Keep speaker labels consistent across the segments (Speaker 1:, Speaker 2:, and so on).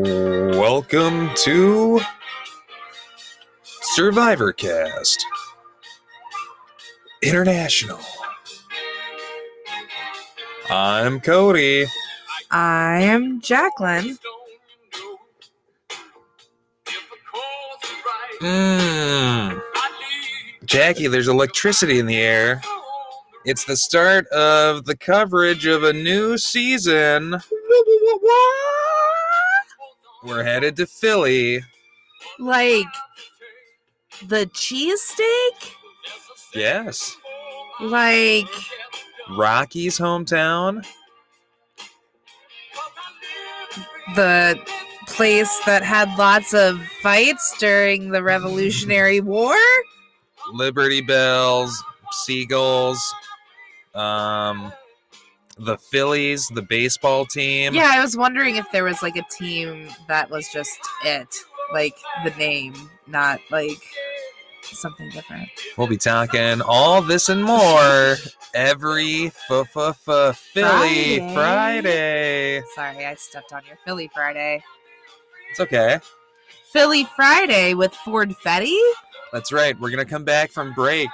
Speaker 1: Welcome to Survivor Cast International. I'm Cody.
Speaker 2: I am Jacqueline.
Speaker 1: Mmm. Jackie, there's electricity in the air. It's the start of the coverage of a new season. We're headed to Philly.
Speaker 2: Like the cheesesteak?
Speaker 1: Yes.
Speaker 2: Like
Speaker 1: Rocky's hometown.
Speaker 2: the place that had lots of fights during the Revolutionary War?
Speaker 1: Liberty Bells, Seagulls, um, the Phillies, the baseball team.
Speaker 2: Yeah, I was wondering if there was like a team that was just it. Like the name, not like something different.
Speaker 1: We'll be talking all this and more every f- f- f- Philly
Speaker 2: Friday.
Speaker 1: Friday.
Speaker 2: Sorry, I stepped on your Philly Friday.
Speaker 1: It's okay.
Speaker 2: Philly Friday with Ford Fetty?
Speaker 1: That's right. We're gonna come back from break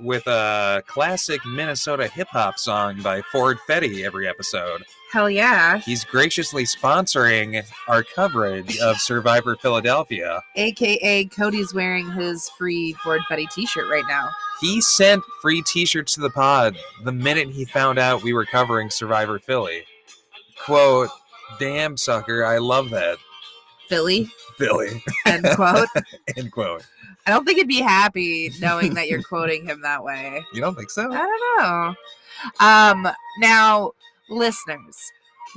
Speaker 1: with a classic Minnesota hip hop song by Ford Fetty every episode.
Speaker 2: Hell yeah.
Speaker 1: He's graciously sponsoring our coverage of Survivor Philadelphia.
Speaker 2: AKA Cody's wearing his free Ford Fetty t shirt right now.
Speaker 1: He sent free t-shirts to the pod the minute he found out we were covering Survivor Philly. Quote, damn sucker, I love that.
Speaker 2: Philly,
Speaker 1: Philly.
Speaker 2: end quote.
Speaker 1: End quote.
Speaker 2: I don't think he'd be happy knowing that you're quoting him that way.
Speaker 1: You don't think so?
Speaker 2: I don't know. Um, now, listeners,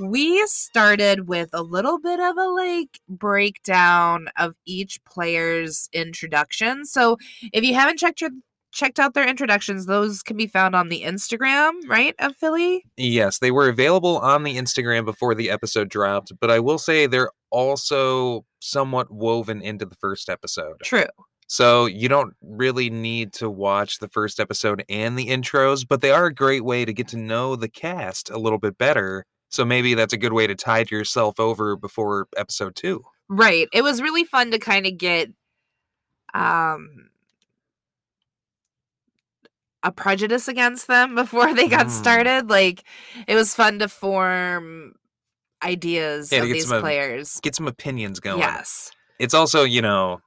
Speaker 2: we started with a little bit of a like breakdown of each player's introduction. So if you haven't checked your checked out their introductions, those can be found on the Instagram, right, of Philly?
Speaker 1: Yes, they were available on the Instagram before the episode dropped, but I will say they're also somewhat woven into the first episode.
Speaker 2: True.
Speaker 1: So you don't really need to watch the first episode and the intros, but they are a great way to get to know the cast a little bit better. So maybe that's a good way to tide yourself over before episode two.
Speaker 2: Right. It was really fun to kind of get um a prejudice against them before they got
Speaker 1: Mm.
Speaker 2: started. Like it was fun to form ideas
Speaker 1: Yeah, to
Speaker 2: of
Speaker 1: get
Speaker 2: these
Speaker 1: some of-
Speaker 2: players.
Speaker 1: Get some opinions going.
Speaker 2: Yes.
Speaker 1: It's also, you know,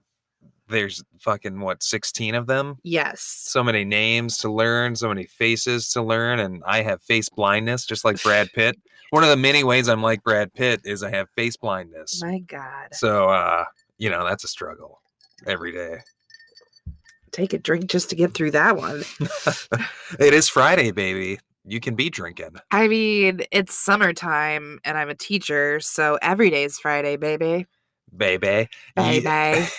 Speaker 1: there's fucking what, 16 of them?
Speaker 2: Yes.
Speaker 1: So many names to learn, so many faces to learn, and I have face blindness, just like Brad Pitt. One of the many ways I'm like Brad Pitt is I have face blindness.
Speaker 2: My God.
Speaker 1: So uh, you know, that's a struggle every day.
Speaker 2: Take a drink just to get through that one.
Speaker 1: it is Friday, baby. You can be drinking.
Speaker 2: I mean, it's summertime and I'm a teacher, so every day's Friday, baby.
Speaker 1: Baby.
Speaker 2: Baby.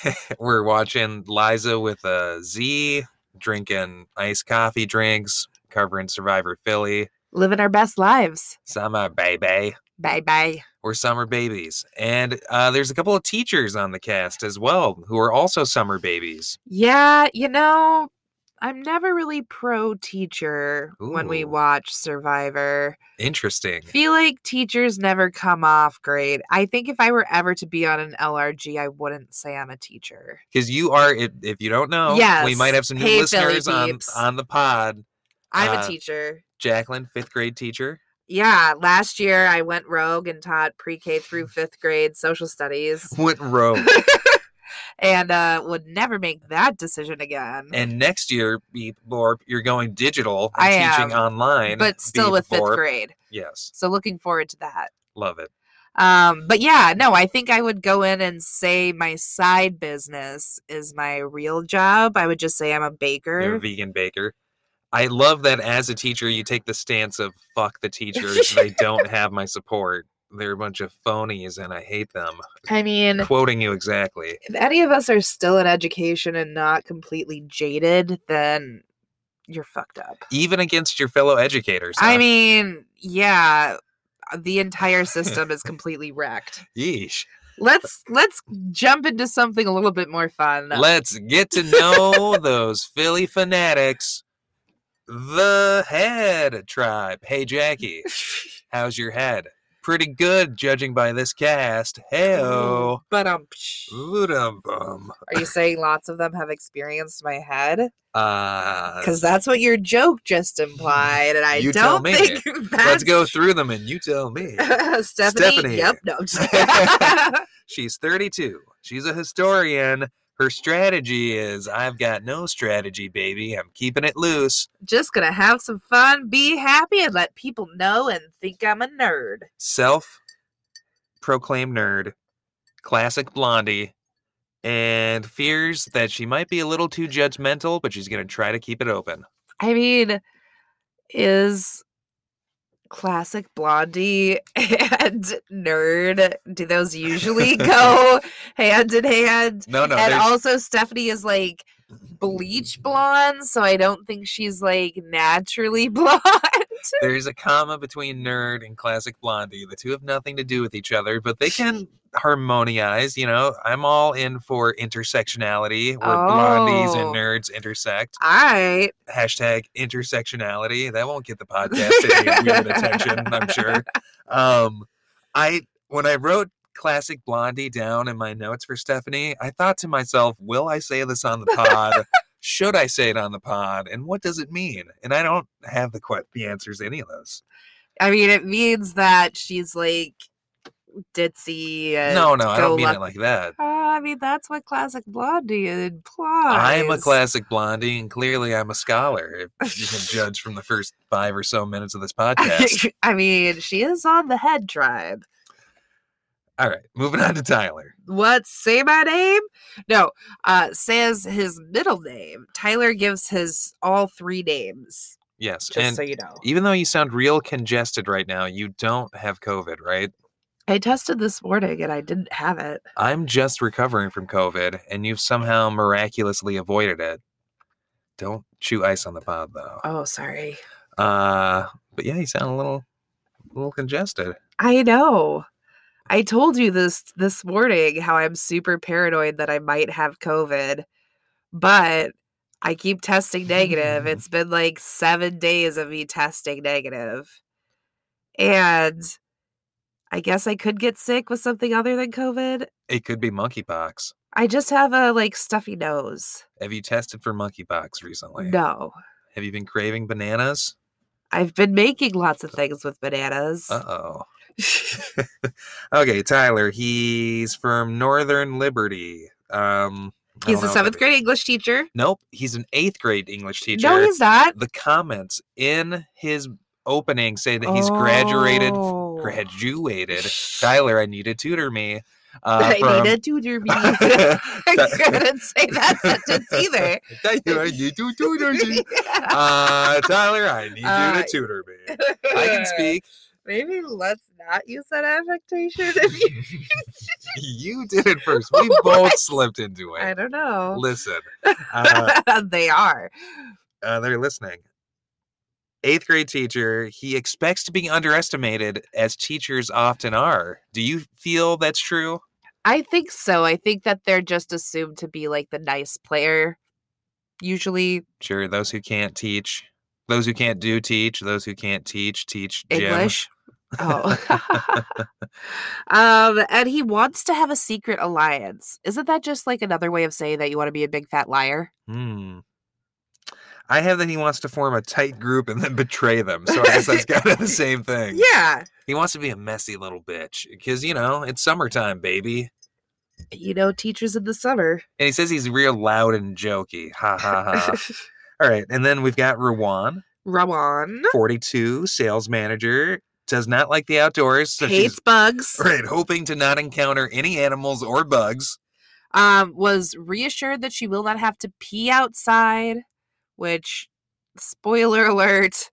Speaker 1: Ye- We're watching Liza with a Z, drinking iced coffee drinks, covering Survivor Philly.
Speaker 2: Living our best lives.
Speaker 1: Summer baby.
Speaker 2: Bye bye.
Speaker 1: We're summer babies. And uh, there's a couple of teachers on the cast as well who are also summer babies.
Speaker 2: Yeah, you know, I'm never really pro teacher when we
Speaker 1: Ooh.
Speaker 2: watch Survivor.
Speaker 1: Interesting.
Speaker 2: Feel like teachers never come off great. I think if I were ever to be on an LRG, I wouldn't say I'm a teacher.
Speaker 1: Because you are, if, if you don't know, we might
Speaker 2: Yes.
Speaker 1: have some new
Speaker 2: Hey, Philly
Speaker 1: listeners on,
Speaker 2: peeps.
Speaker 1: on the pod.
Speaker 2: I'm
Speaker 1: Uh,
Speaker 2: a teacher.
Speaker 1: Jacqueline, fifth grade teacher.
Speaker 2: Yeah, last year I went rogue and taught pre-K through 5th grade social studies
Speaker 1: Went rogue.
Speaker 2: and uh would never make that decision again.
Speaker 1: and next year be Borp, you're going digital and
Speaker 2: I
Speaker 1: teaching
Speaker 2: am,
Speaker 1: online
Speaker 2: but still with 5th
Speaker 1: Borp.
Speaker 2: grade.
Speaker 1: yes
Speaker 2: So looking forward to that.
Speaker 1: love it
Speaker 2: Um, but yeah, no, I think I would go in and say my side business is my real job. I would just say I'm a
Speaker 1: you're a
Speaker 2: baker.
Speaker 1: vegan baker i love that as a teacher you take the stance of fuck the teachers they don't have my support they're a bunch of phonies and i hate them
Speaker 2: I mean,
Speaker 1: quoting you exactly
Speaker 2: if any of us are still in education and not completely jaded, then you're fucked up.
Speaker 1: even against your fellow educators
Speaker 2: I
Speaker 1: huh?
Speaker 2: mean, yeah, the entire system is completely wrecked.
Speaker 1: yeesh
Speaker 2: Let's let's jump into something a little bit more fun.
Speaker 1: let's get to know those philly fanatics the head tribe hey jackie how's your head pretty good judging by this cast. Heyo.
Speaker 2: But um,
Speaker 1: Oodum bum.
Speaker 2: are you saying lots of them have experienced my head?
Speaker 1: Uh,
Speaker 2: Because that's what your joke just implied, and I
Speaker 1: You tell
Speaker 2: don't
Speaker 1: me.
Speaker 2: think that's. Uh-huh.
Speaker 1: let's go through them and you tell me.
Speaker 2: Stephanie,
Speaker 1: Stephanie.
Speaker 2: Yep. No. I'm just-
Speaker 1: She's 32. She's a historian. Her strategy is I've got no strategy, baby. I'm keeping it loose.
Speaker 2: just gonna have some fun, be happy, and let people know and think I'm a nerd.
Speaker 1: Self proclaimed nerd, classic blondie, and fears that she might be a little too judgmental, but she's going to try to keep it open.
Speaker 2: I mean, is classic blondie and nerd do those usually go hand in hand?
Speaker 1: No, no.
Speaker 2: and
Speaker 1: there's-
Speaker 2: also, Stephanie is like bleach blonde, so I don't think she's like naturally blonde.
Speaker 1: There's a comma between nerd and classic blondie. The two have nothing to do with each other, but they can harmonize. You know, I'm all in for intersectionality where blondies
Speaker 2: Oh.
Speaker 1: and nerds intersect.
Speaker 2: All right.
Speaker 1: Hashtag intersectionality. That won't get the podcast any weird attention, I'm sure. Um, I when I wrote classic blondie down in my notes for Stephanie, I thought to myself, will I say this on the pod? Should I say it on the pod? And what does it mean? And I don't have the que- the answers to any of those.
Speaker 2: I mean, it means that she's like ditzy. And
Speaker 1: No, no, I
Speaker 2: go
Speaker 1: don't mean
Speaker 2: left-
Speaker 1: it like that.
Speaker 2: Uh, I mean, that's what classic blondie implies.
Speaker 1: I'm a classic blondie, and clearly I'm a scholar. If you can judge from the first five or so minutes of this podcast.
Speaker 2: I mean, she is on the head tribe.
Speaker 1: All right, moving on to Tyler.
Speaker 2: What? Say my name? No, uh, says his middle name. Tyler gives his all three names,
Speaker 1: Yes,
Speaker 2: just
Speaker 1: and
Speaker 2: so you know.
Speaker 1: even though you sound real congested right now, you don't have COVID, right?
Speaker 2: I tested this morning and I didn't have it.
Speaker 1: I'm just recovering from COVID, and you've somehow miraculously avoided it. Don't chew ice on the pod, though.
Speaker 2: Oh, sorry.
Speaker 1: Uh, but yeah, you sound a little, a little congested.
Speaker 2: I know. I told you this this morning how I'm super paranoid that I might have COVID, but I keep testing negative. It's been like seven days of me testing negative. And I guess I could get sick with something other than COVID.
Speaker 1: It could be monkeypox.
Speaker 2: I just have a like stuffy nose.
Speaker 1: Have you tested for monkeypox recently?
Speaker 2: No.
Speaker 1: Have you been craving bananas?
Speaker 2: I've been making lots of things with bananas.
Speaker 1: Uh oh. okay, Tyler. He's from Northern Liberty. Um, I
Speaker 2: he's
Speaker 1: don't
Speaker 2: a
Speaker 1: know if
Speaker 2: seventh
Speaker 1: that-
Speaker 2: grade English teacher.
Speaker 1: Nope, he's an eighth grade English teacher.
Speaker 2: No, he's not.
Speaker 1: the comments in his opening say that he's graduated,
Speaker 2: Oh.
Speaker 1: graduated. Tyler, I need to tutor me. Uh,
Speaker 2: I
Speaker 1: from-
Speaker 2: need a tutor me. I couldn't say that sentence either.
Speaker 1: Tyler, I need to tutor me. Uh, Tyler, I need you
Speaker 2: Uh,
Speaker 1: to tutor me. I can speak.
Speaker 2: Maybe let's not use that affectation. If you,
Speaker 1: You did it first. We both
Speaker 2: What?
Speaker 1: slipped into
Speaker 2: I
Speaker 1: it.
Speaker 2: don't know.
Speaker 1: Listen, uh,
Speaker 2: they are.
Speaker 1: uh, they're listening. Eighth grade teacher, he expects to be underestimated as teachers often are. Do you feel that's true?
Speaker 2: I think so. I think that they're just assumed to be like the nice player. Usually
Speaker 1: Sure, those who can't teach, those who can't do teach, those who can't teach teach Jim.
Speaker 2: English. Oh. um, and he wants to have a secret alliance. Isn't that just like another way of saying that you want to be a big fat liar?
Speaker 1: Hmm. I have that he wants to form a tight group and then betray them. So I guess that's kind of the same thing.
Speaker 2: Yeah.
Speaker 1: He wants to be a messy little bitch because, you know, it's summertime, baby.
Speaker 2: You know, teachers in the summer.
Speaker 1: And he says he's real loud and jokey. Ha ha ha. All right. And then we've got Ruwan.
Speaker 2: Ramon
Speaker 1: 42, sales manager, does not like the outdoors. So
Speaker 2: hates
Speaker 1: she's
Speaker 2: bugs.
Speaker 1: right, hoping to not encounter any animals or bugs.
Speaker 2: Um, was reassured that she will not have to pee outside, which, spoiler alert,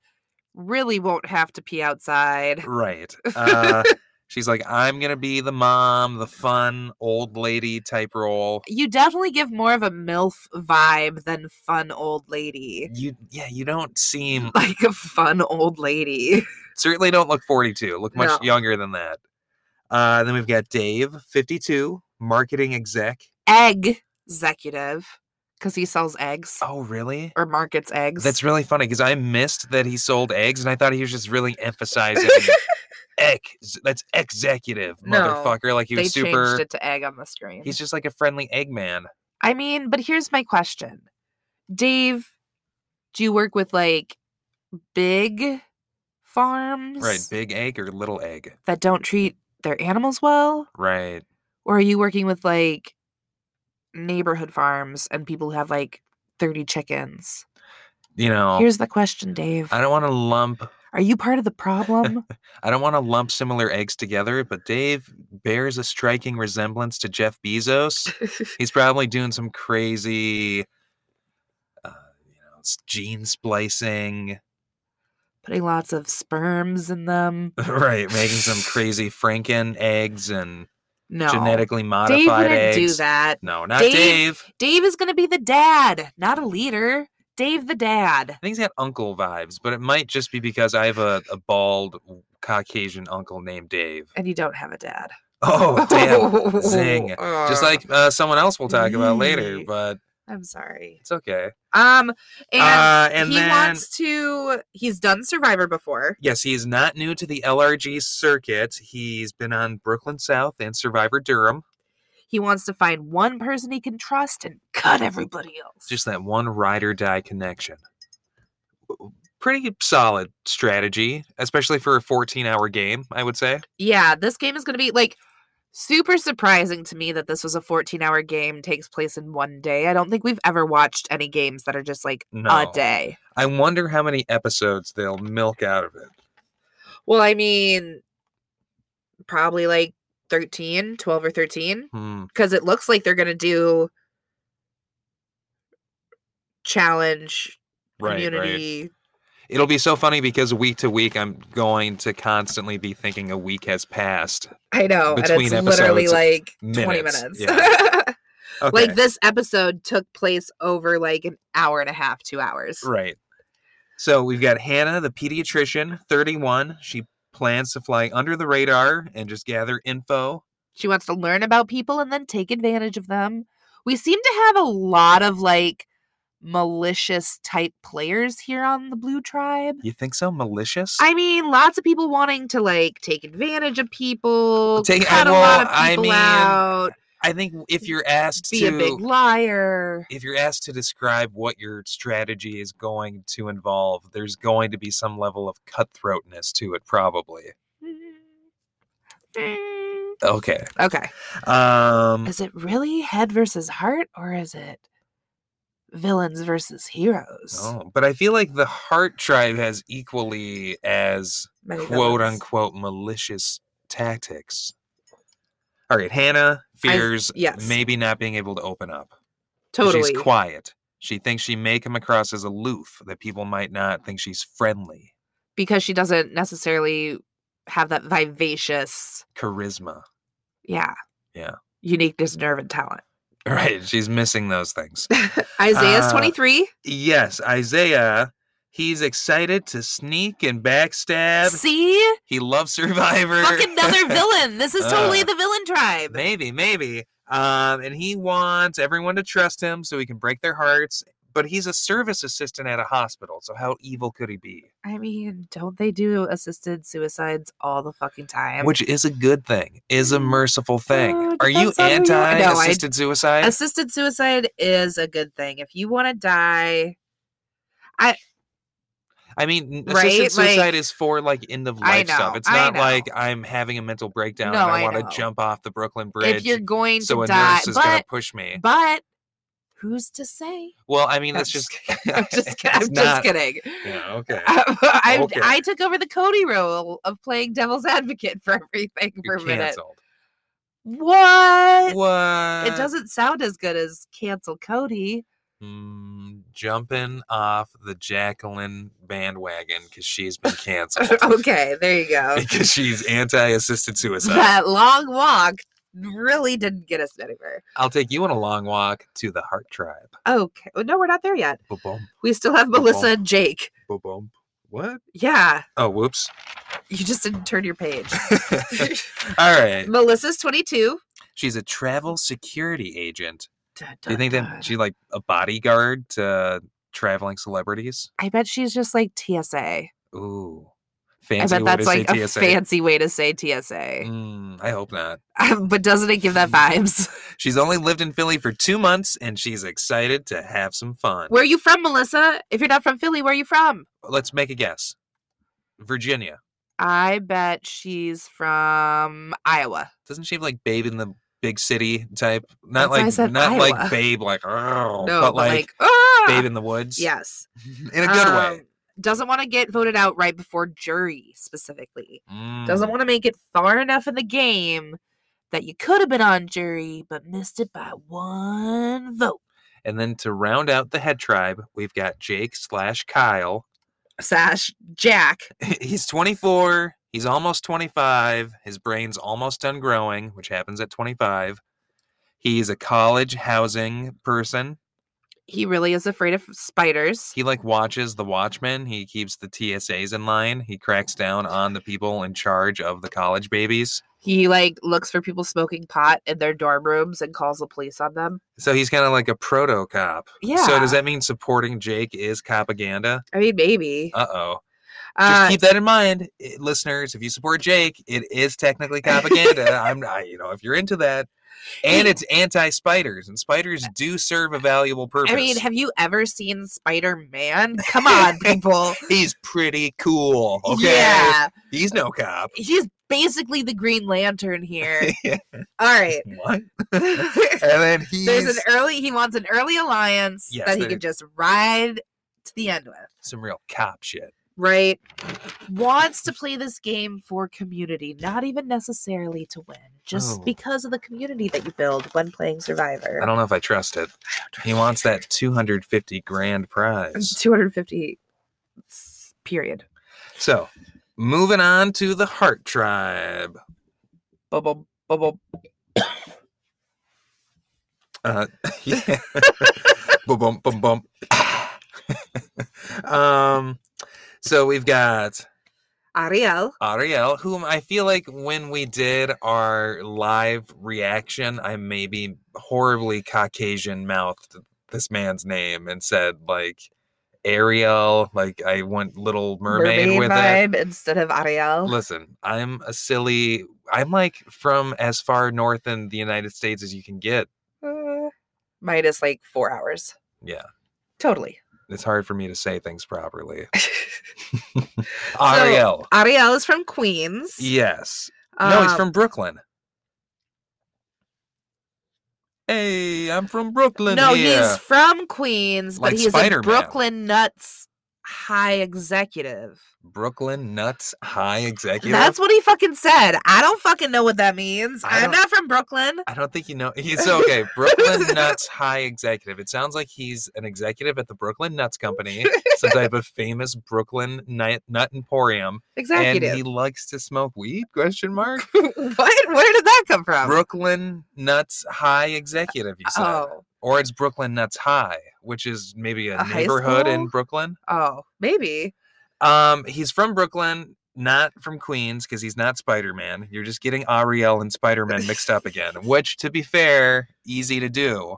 Speaker 2: really won't have to pee outside.
Speaker 1: Right. Uh, she's like, I'm going to be the mom, the fun old lady type role.
Speaker 2: You definitely give more of a MILF vibe than fun old lady.
Speaker 1: You, yeah, you don't seem,
Speaker 2: Like a fun old lady.
Speaker 1: certainly don't look 42, look much
Speaker 2: No.
Speaker 1: younger than that. Uh, then we've got Dave, 52, marketing exec.
Speaker 2: Egg executive, because he sells eggs
Speaker 1: Oh, really?
Speaker 2: or markets eggs.
Speaker 1: That's really funny because I missed that he sold eggs and I thought he was just really emphasizing Eck. That's executive,
Speaker 2: No,
Speaker 1: motherfucker. Like he
Speaker 2: they
Speaker 1: was super.
Speaker 2: changed it to egg on the screen.
Speaker 1: He's just like a friendly Eggman.
Speaker 2: I mean, but here's my question. Dave, do you work with like big farms
Speaker 1: Right. Big egg or little egg.
Speaker 2: that don't treat their animals well?
Speaker 1: Right.
Speaker 2: Or are you working with like neighborhood farms and people who have like 30 chickens?
Speaker 1: You know,
Speaker 2: Here's the question, Dave.
Speaker 1: I don't want to lump.
Speaker 2: Are you part of the problem?
Speaker 1: I don't want to lump similar eggs together, but Dave bears a striking resemblance to Jeff Bezos. He's probably doing some crazy, uh, you know, it's gene splicing,
Speaker 2: Putting lots of sperms in them.
Speaker 1: right? Making some crazy Franken eggs and
Speaker 2: No.
Speaker 1: genetically modified
Speaker 2: Dave wouldn't
Speaker 1: eggs.
Speaker 2: do that.
Speaker 1: No, not
Speaker 2: Dave-
Speaker 1: Dave.
Speaker 2: Dave is going to be the dad, not a leader. Dave the dad.
Speaker 1: I think he's got uncle vibes, but it might just be because I have a, a bald Caucasian uncle named Dave.
Speaker 2: And you don't have a dad.
Speaker 1: Oh, damn. Zing. just
Speaker 2: Uh,
Speaker 1: like uh, someone else we'll talk about later,
Speaker 2: yee.
Speaker 1: but
Speaker 2: I'm sorry.
Speaker 1: it's okay.
Speaker 2: Um, and,
Speaker 1: uh, and
Speaker 2: he
Speaker 1: then,
Speaker 2: wants to. He's done Survivor before.
Speaker 1: yes, he is not new to the LRG circuit. He's been on Brooklyn South and Survivor Durham.
Speaker 2: He wants to find one person he can trust and cut everybody else.
Speaker 1: Just that one ride or die connection. W- Pretty solid strategy, especially for a 14 hour game, I would say.
Speaker 2: yeah, this game is going to be like super surprising to me that this was a 14 hour game takes place in one day. I don't think we've ever watched any games that are just like
Speaker 1: No.
Speaker 2: a day.
Speaker 1: I wonder how many episodes they'll milk out of it.
Speaker 2: Well, I mean, probably like 13, 12 or 13.
Speaker 1: Hmm.
Speaker 2: because it looks like they're gonna do challenge
Speaker 1: Right, right.
Speaker 2: community.
Speaker 1: It'll be so funny because week to week, I'm going to constantly be thinking a week has passed.
Speaker 2: I know,
Speaker 1: Between
Speaker 2: and it's literally
Speaker 1: episodes,
Speaker 2: like twenty
Speaker 1: minutes,
Speaker 2: minutes.
Speaker 1: yeah. Okay.
Speaker 2: Like this episode took place over like an hour and a half, two hours.
Speaker 1: Right. So we've got Hannah, the pediatrician, 31. She plans to fly under the radar and just gather info.
Speaker 2: She wants to learn about people and then take advantage of them. We seem to have a lot of like malicious type players here on the Blue Tribe.
Speaker 1: You think so? Malicious?
Speaker 2: I mean, lots of people wanting to like take advantage of people,
Speaker 1: Take- I-
Speaker 2: cut a lot of
Speaker 1: well, I
Speaker 2: people
Speaker 1: mean,
Speaker 2: out.
Speaker 1: I think if you're asked
Speaker 2: be
Speaker 1: to
Speaker 2: a big liar.
Speaker 1: if you're asked to describe what your strategy is going to involve, there's going to be some level of cutthroatness to it probably. Okay.
Speaker 2: Okay.
Speaker 1: Um
Speaker 2: Is it really head versus heart or is it villains versus heroes?
Speaker 1: no, oh, but I feel like the Heart Tribe has equally as
Speaker 2: Many
Speaker 1: quote
Speaker 2: villains.
Speaker 1: unquote malicious tactics. All right, Hannah fears
Speaker 2: yes.
Speaker 1: maybe not being able to open up. 'cause
Speaker 2: Totally.
Speaker 1: She's quiet. She thinks she may come across as aloof, that people might not think she's friendly.
Speaker 2: because she doesn't necessarily have that vivacious,
Speaker 1: Charisma.
Speaker 2: yeah.
Speaker 1: Yeah.
Speaker 2: Uniqueness, nerve, and talent.
Speaker 1: Right. She's missing those things.
Speaker 2: Isaiah's
Speaker 1: Uh,
Speaker 2: 23.
Speaker 1: Yes, Isaiah, he's excited to sneak and backstab.
Speaker 2: See?
Speaker 1: He loves Survivor.
Speaker 2: Fuck another villain. This is totally
Speaker 1: Uh,
Speaker 2: the villain tribe.
Speaker 1: Maybe, maybe. Um, and he wants everyone to trust him so he can break their hearts. But he's a service assistant at a hospital, so how evil could he be?
Speaker 2: I mean, don't they do assisted suicides all the fucking time?
Speaker 1: Which is a good thing, is a
Speaker 2: Mm.
Speaker 1: merciful thing.
Speaker 2: Uh,
Speaker 1: Are you
Speaker 2: depends on who you are. No, I-
Speaker 1: anti-assisted suicide?
Speaker 2: assisted suicide is a good thing if you want to die
Speaker 1: I mean, n-
Speaker 2: Right?
Speaker 1: assisted suicide
Speaker 2: Like-
Speaker 1: is for like end of
Speaker 2: I
Speaker 1: life stuff.
Speaker 2: know,
Speaker 1: It's
Speaker 2: I
Speaker 1: not
Speaker 2: know.
Speaker 1: like I'm having a mental breakdown
Speaker 2: No,
Speaker 1: and I,
Speaker 2: I
Speaker 1: want
Speaker 2: know.
Speaker 1: to jump off the Brooklyn Bridge.
Speaker 2: if you're going
Speaker 1: so
Speaker 2: to
Speaker 1: a
Speaker 2: die
Speaker 1: nurse is gonna
Speaker 2: but
Speaker 1: push me.
Speaker 2: but who's to say
Speaker 1: Well, I mean,
Speaker 2: I'm
Speaker 1: that's just.
Speaker 2: i'm just, kid-
Speaker 1: it's
Speaker 2: I'm just
Speaker 1: not-
Speaker 2: kidding
Speaker 1: Yeah. Okay.
Speaker 2: I,
Speaker 1: Okay.
Speaker 2: I took over the cody role of playing devil's advocate for everything for
Speaker 1: You're
Speaker 2: a minute
Speaker 1: canceled.
Speaker 2: what
Speaker 1: What?
Speaker 2: it doesn't sound as good as cancel cody
Speaker 1: Mm, jumping off the Jacqueline bandwagon because she's been canceled
Speaker 2: okay there you go
Speaker 1: because she's anti-assisted suicide.
Speaker 2: that long walk really didn't get us anywhere
Speaker 1: I'll take you on a long walk to the Heart Tribe.
Speaker 2: okay oh, no we're not there yet
Speaker 1: Ba-bum,
Speaker 2: we still have
Speaker 1: Well-
Speaker 2: melissa and jake
Speaker 1: ba-bum. What?
Speaker 2: yeah
Speaker 1: Oh, whoops.
Speaker 2: You just didn't turn your page.
Speaker 1: All right.
Speaker 2: Melissa's 22.
Speaker 1: She's a travel security agent.
Speaker 2: Dun,
Speaker 1: Do you
Speaker 2: dun,
Speaker 1: think
Speaker 2: dun.
Speaker 1: that she's like a bodyguard to traveling celebrities?
Speaker 2: I bet she's just like TSA.
Speaker 1: Ooh. Fancy
Speaker 2: I bet
Speaker 1: way to
Speaker 2: that's like
Speaker 1: say
Speaker 2: a
Speaker 1: TSA.
Speaker 2: fancy way to say TSA.
Speaker 1: Mm, I hope not.
Speaker 2: Um, but doesn't it give that vibes?
Speaker 1: She's only lived in Philly for two months and she's excited to have some fun.
Speaker 2: Where are you from, Melissa? If you're not from Philly, where are you from?
Speaker 1: Let's make a guess. Virginia.
Speaker 2: I bet she's from Iowa.
Speaker 1: Doesn't she have like babe in the big city type? Not
Speaker 2: That's why I
Speaker 1: like
Speaker 2: said
Speaker 1: not
Speaker 2: Iowa.
Speaker 1: like babe like oh
Speaker 2: No,
Speaker 1: but, like,
Speaker 2: ah!
Speaker 1: babe in the woods.
Speaker 2: Yes.
Speaker 1: In a good way.
Speaker 2: Um, Doesn't want to get voted out right before jury specifically. Um, Doesn't
Speaker 1: Mm.
Speaker 2: want to make it far enough in the game that you could have been on jury but missed it by one vote.
Speaker 1: And then to round out the head tribe, we've got Jake slash Kyle.
Speaker 2: Sash Jack.
Speaker 1: He's 24. He's almost 25. His brain's almost done growing, which happens at 25. He's a college housing person.
Speaker 2: He really is afraid of spiders.
Speaker 1: He like watches the Watchmen. He keeps the TSAs in line. He cracks down on the people in charge of the college babies.
Speaker 2: He like looks for people smoking pot in their dorm rooms and calls the police on them.
Speaker 1: So he's kind of like a proto cop.
Speaker 2: Yeah.
Speaker 1: So does that mean supporting Jake is propaganda?
Speaker 2: I mean, maybe.
Speaker 1: Uh oh.
Speaker 2: Uh,
Speaker 1: Just keep that in mind, i- listeners. If you support Jake, it is technically propaganda. I'm not, you know, if you're into that, and
Speaker 2: He-
Speaker 1: it's anti-spiders, and spiders do serve a valuable purpose.
Speaker 2: I mean, have you ever seen Spider Man? Come on, people.
Speaker 1: he's pretty cool. Okay,
Speaker 2: Yeah.
Speaker 1: he's no cop.
Speaker 2: He's basically the Green Lantern here. All right.
Speaker 1: what?
Speaker 2: There's
Speaker 1: And then he's
Speaker 2: an er early, he wants an early alliance
Speaker 1: Yes,
Speaker 2: that he
Speaker 1: there-
Speaker 2: can just ride to the end with,
Speaker 1: some real cop shit.
Speaker 2: right? Wants to play this game for community, not even necessarily to win, just
Speaker 1: Oh.
Speaker 2: because of the community that you build when playing Survivor.
Speaker 1: I don't know if I trust it. He wants that 250 grand prize.
Speaker 2: 250 s- period.
Speaker 1: So, moving on to the Heart Tribe.
Speaker 2: Bubble, bubble.
Speaker 1: Uh, yeah. Boom, boom, boom, boom. um, so we've got
Speaker 2: Ariel.
Speaker 1: Ariel, whom I feel like when we did our live reaction, I maybe horribly Caucasian mouthed this man's name and said like Ariel, like I went Little Mermaid, with it.
Speaker 2: vibe instead of Ariel.
Speaker 1: Listen, I'm a silly. I'm like from as far north in the United States as you can get.
Speaker 2: Uh, minus like four hours.
Speaker 1: Yeah.
Speaker 2: Totally.
Speaker 1: it's hard for me to say things properly. Ariel.
Speaker 2: Ariel is from Queens.
Speaker 1: Yes. no, he's
Speaker 2: Um,
Speaker 1: from Brooklyn. Hey, I'm from Brooklyn.
Speaker 2: No,
Speaker 1: here.
Speaker 2: he's from Queens, but
Speaker 1: Like
Speaker 2: he's a
Speaker 1: Spider-Man.
Speaker 2: Brooklyn Nuts high executive.
Speaker 1: Brooklyn Nuts High Executive.
Speaker 2: That's what he fucking said. I don't fucking know what that means.
Speaker 1: I
Speaker 2: I'm
Speaker 1: don't-
Speaker 2: not from Brooklyn.
Speaker 1: I don't think you know. He's okay. Brooklyn Nuts High Executive. It sounds like he's an executive at the Brooklyn Nuts Company, some type of famous Brooklyn nut, nut emporium, and he
Speaker 2: Executive.
Speaker 1: likes to smoke weed? Question mark.
Speaker 2: what? Where did that come from?
Speaker 1: Brooklyn Nuts High Executive. You said.
Speaker 2: Uh, oh,
Speaker 1: or it's Brooklyn Nuts High, which is maybe a,
Speaker 2: A high
Speaker 1: neighborhood in
Speaker 2: school?
Speaker 1: Brooklyn.
Speaker 2: oh, maybe.
Speaker 1: Um, he's from Brooklyn, not from Queens, because he's not Spider Man. You're just getting Ariel and Spider Man mixed up again, which, to be fair, easy to do.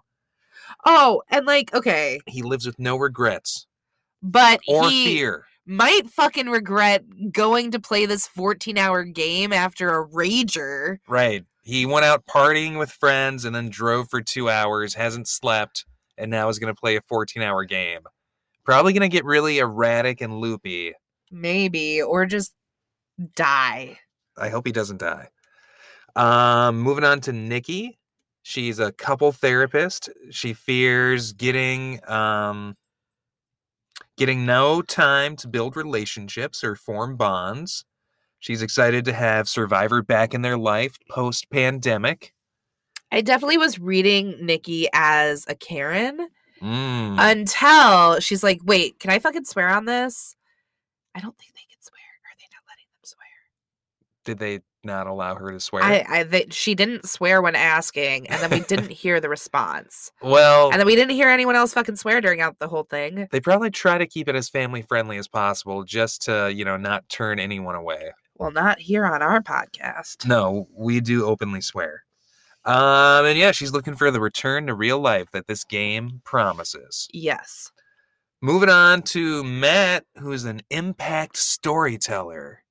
Speaker 2: Oh, and like, okay,
Speaker 1: He lives with no regrets
Speaker 2: but
Speaker 1: or
Speaker 2: he,
Speaker 1: fear.
Speaker 2: might fucking regret going to play this 14 hour game after a rager.
Speaker 1: Right. He went out partying with friends and then drove for two hours, hasn't slept, and now is going to play a 14 hour game. Probably going to get really erratic and loopy.
Speaker 2: Maybe, or just die.
Speaker 1: I hope he doesn't die. Um, moving on to Nikki. She's a couple therapist. She fears getting um, getting no time to build relationships or form bonds. She's excited to have Survivor back in their life post pandemic.
Speaker 2: I definitely was reading Nikki as a Karen
Speaker 1: Hmm. Mm-hmm.
Speaker 2: until she's like, wait, can I fucking swear on this? I don't think they can swear. Are they not letting them swear?
Speaker 1: Did they not allow her to swear?
Speaker 2: I, I they, she didn't swear when asking, and then we didn't hear the response,
Speaker 1: well,
Speaker 2: and then we didn't hear anyone else fucking swear during out the whole thing.
Speaker 1: they probably try to keep it as family friendly as possible, just to you know not turn anyone away.
Speaker 2: Well, not here on our podcast.
Speaker 1: No, we do openly swear. Um, and yeah, she's looking for the return to real life that this game promises.
Speaker 2: Yes.
Speaker 1: Moving on to Matt, who is an impact storyteller.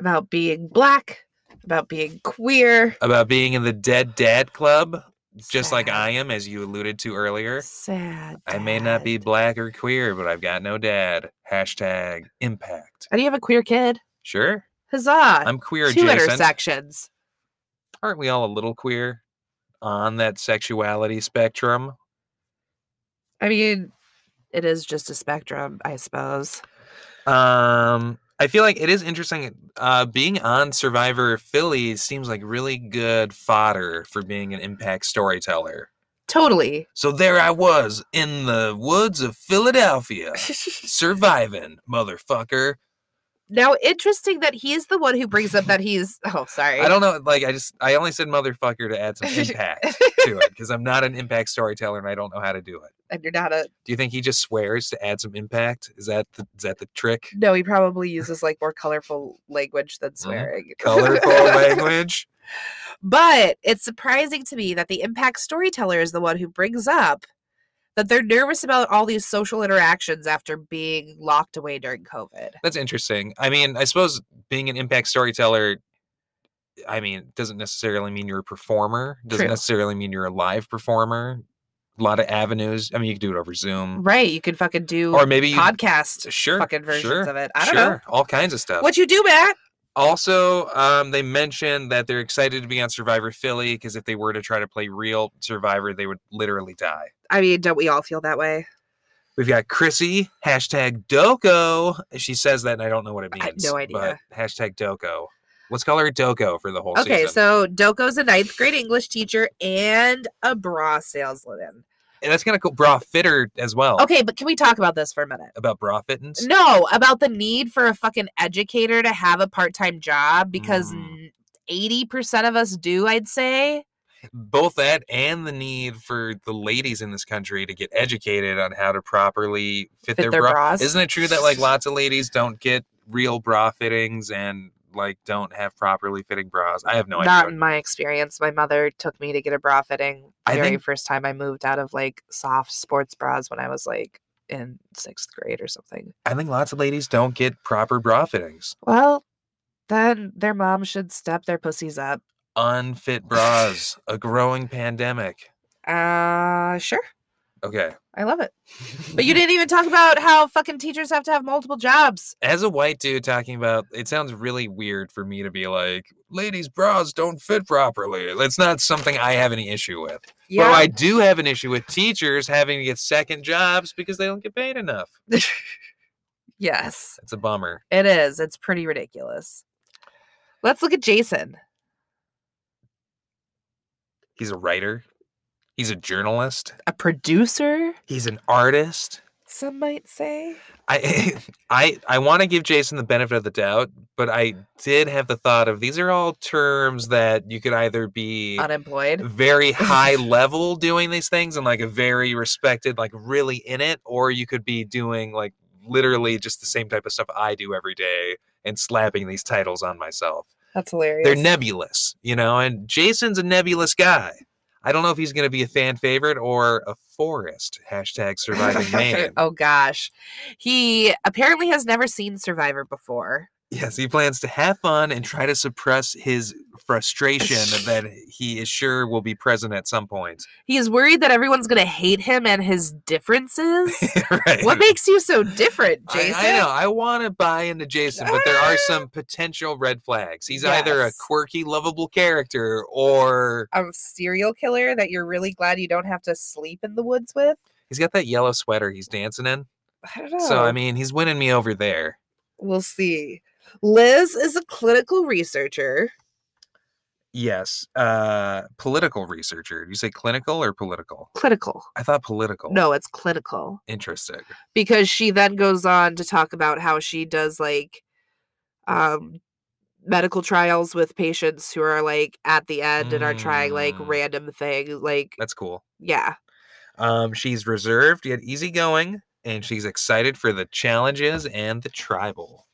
Speaker 2: about being black, about being queer.
Speaker 1: about being in the Dead Dad Club, just like
Speaker 2: Sad.
Speaker 1: I am, as you alluded to earlier.
Speaker 2: Sad.
Speaker 1: I may not be
Speaker 2: dad.
Speaker 1: black or queer, but I've got no dad. Hashtag impact.
Speaker 2: And you have a queer kid.
Speaker 1: Sure.
Speaker 2: Huzzah!
Speaker 1: I'm queer
Speaker 2: Two
Speaker 1: adjacent.
Speaker 2: intersections.
Speaker 1: Aren't we all a little queer on that sexuality spectrum?
Speaker 2: I mean, it is just a spectrum, I suppose.
Speaker 1: Um, I feel like it is interesting. Uh, being on Survivor Philly seems like really good fodder for being an impact storyteller.
Speaker 2: Totally.
Speaker 1: So there I was in the woods of Philadelphia, surviving, motherfucker.
Speaker 2: now, interesting that he's the one who brings up that he's. Oh, sorry.
Speaker 1: I don't know. Like, I just, I only said motherfucker to add some impact to it because I'm not an impact storyteller and I don't know how to do it.
Speaker 2: And you're not a.
Speaker 1: Do you think he just swears to add some impact? Is that the, is that the trick?
Speaker 2: No, he probably uses like more colorful language than
Speaker 1: Mm-hmm.
Speaker 2: swearing.
Speaker 1: Colorful language.
Speaker 2: But it's surprising to me that the impact storyteller is the one who brings up that they're nervous about all these social interactions after being locked away during COVID.
Speaker 1: That's interesting. I mean, I suppose being an impact storyteller, I mean, doesn't necessarily mean you're a performer. Doesn't
Speaker 2: True.
Speaker 1: necessarily mean you're a live performer. A lot of avenues. I mean, you can do it over Zoom,
Speaker 2: Right. You could fucking do
Speaker 1: Mm. or maybe you
Speaker 2: podcast
Speaker 1: sure
Speaker 2: fucking versions
Speaker 1: sure,
Speaker 2: of it. I don't
Speaker 1: sure, all kinds of
Speaker 2: know.
Speaker 1: stuff.
Speaker 2: What you do, Matt?
Speaker 1: Also, um, they mentioned that they're excited to be on Survivor Philly because if they were to try to play real Survivor, they would literally die.
Speaker 2: I mean, don't we all feel that way?
Speaker 1: We've got Chrissy, hashtag Doko. She says that and I don't know what it
Speaker 2: I have
Speaker 1: means.
Speaker 2: no
Speaker 1: But
Speaker 2: idea.
Speaker 1: hashtag Doko. Let's call her Doko for the whole
Speaker 2: Okay,
Speaker 1: season.
Speaker 2: so Doko's a ninth grade English teacher and a bra saleswoman.
Speaker 1: And that's kind of cool. Bra fitter as well.
Speaker 2: Okay, but can we talk about this for a minute?
Speaker 1: About bra fittings.
Speaker 2: No, about the need for a fucking educator to have a part time job because
Speaker 1: Mm.
Speaker 2: eighty percent of us do, I'd say.
Speaker 1: Both that and the need for the ladies in this country to get educated on how to properly fit,
Speaker 2: Fit their
Speaker 1: bra.
Speaker 2: bras.
Speaker 1: Isn't it true that like lots of ladies don't get real bra fittings and like don't have properly fitting bras? I have no
Speaker 2: Not
Speaker 1: idea.
Speaker 2: in my experience. My mother took me to get a bra fitting the
Speaker 1: I
Speaker 2: very
Speaker 1: think-
Speaker 2: first time I moved out of like soft sports bras when I was like in sixth grade or something.
Speaker 1: I think lots of ladies don't get proper bra fittings.
Speaker 2: Well, then their mom should step their pussies up.
Speaker 1: Unfit bras, a growing pandemic.
Speaker 2: Uh sure.
Speaker 1: Okay.
Speaker 2: I love it. But
Speaker 1: Mm-hmm.
Speaker 2: you didn't even talk about how fucking teachers have to have multiple jobs.
Speaker 1: as a white dude talking about it sounds really weird for me to be like ladies bras don't fit properly that's not something i have any issue with but i do have an issue with teachers having to get second jobs because they don't get paid enough
Speaker 2: yes.
Speaker 1: it's a bummer
Speaker 2: It is. It's pretty ridiculous. Let's look at Jason.
Speaker 1: he's a writer he's a journalist
Speaker 2: A producer,
Speaker 1: he's an artist
Speaker 2: some might say.
Speaker 1: i i i want to give jason the benefit of the doubt but i did have the thought of these are all terms that you could either be
Speaker 2: Unemployed.
Speaker 1: very high level doing these things and like a very respected, like really in it, or you could be doing like literally just the same type of stuff I do every day and slapping these titles on myself.
Speaker 2: That's hilarious.
Speaker 1: They're nebulous, you know, and Jason's a nebulous guy. I don't know if he's going to be a fan favorite or a forest hashtag surviving man.
Speaker 2: oh gosh. He apparently has never seen Survivor before.
Speaker 1: Yes, he plans to have fun and try to suppress his frustration that he is sure will be present at some point.
Speaker 2: He is worried that everyone's going to hate him and his differences.
Speaker 1: right.
Speaker 2: what makes you so different,
Speaker 1: I-
Speaker 2: Jason?
Speaker 1: I, know. I want to buy into Jason, but there are some potential red flags. He's either a
Speaker 2: Yes.
Speaker 1: quirky, lovable character, or
Speaker 2: A serial killer that you're really glad you don't have to sleep in the woods with?
Speaker 1: he's got that yellow sweater he's dancing in.
Speaker 2: I don't know.
Speaker 1: So I mean, he's winning me over there.
Speaker 2: we'll see. Liz is a clinical researcher.
Speaker 1: Yes. Uh, political researcher. You say clinical or political?
Speaker 2: Clinical.
Speaker 1: I thought political.
Speaker 2: No, it's clinical
Speaker 1: Interesting.
Speaker 2: because she then goes on to talk about how she does like um medical trials with patients who are like at the end and are trying like
Speaker 1: Mm.
Speaker 2: random things like
Speaker 1: That's cool.
Speaker 2: yeah.
Speaker 1: Um, she's reserved yet easygoing, and she's excited for the challenges and the tribal.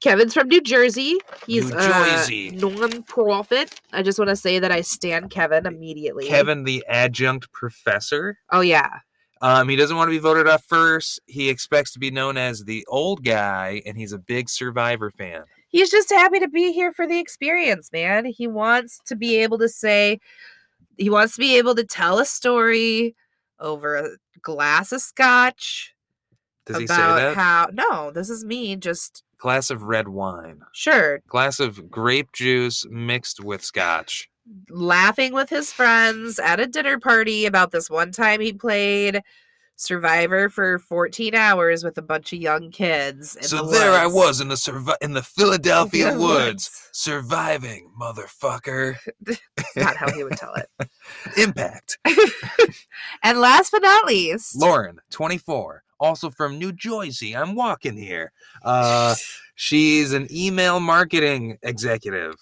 Speaker 2: Kevin's from New Jersey. He's
Speaker 1: New Jersey.
Speaker 2: a non-profit. I just want to say that I stand Kevin immediately.
Speaker 1: Kevin, the adjunct professor.
Speaker 2: Oh yeah.
Speaker 1: Um, he doesn't want to be voted off first. He expects to be known as the old guy, and he's a big Survivor fan.
Speaker 2: he's just happy to be here for the experience, man. He wants to be able to say, he wants to be able to tell a story over a glass of scotch
Speaker 1: Does he say
Speaker 2: about
Speaker 1: that?
Speaker 2: how. No, this is me. Just
Speaker 1: glass of red wine,
Speaker 2: sure,
Speaker 1: glass of grape juice mixed with scotch.
Speaker 2: laughing with his friends at a dinner party about this one time he played Survivor for 14 hours with a bunch of young kids. In
Speaker 1: so
Speaker 2: the
Speaker 1: there I
Speaker 2: woods.
Speaker 1: was in the survi- in the Philadelphia
Speaker 2: The
Speaker 1: woods, surviving, motherfucker.
Speaker 2: That's not how he would tell it.
Speaker 1: Impact.
Speaker 2: And last but not least,
Speaker 1: Lauren, 24, also from New Jersey. I'm walking here. Uh, she's an email marketing executive.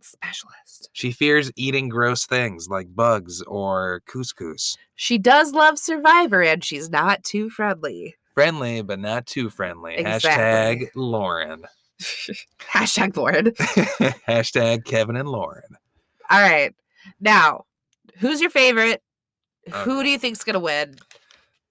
Speaker 2: specialist.
Speaker 1: She fears eating gross things like bugs or couscous.
Speaker 2: She does love Survivor and she's not too friendly.
Speaker 1: Friendly, but not too friendly. Hashtag
Speaker 2: Exactly.
Speaker 1: Lauren.
Speaker 2: Hashtag Lauren.
Speaker 1: Hashtag Kevin and Lauren.
Speaker 2: All right. Now, who's your favorite?
Speaker 1: Okay.
Speaker 2: Who do you think's going to win?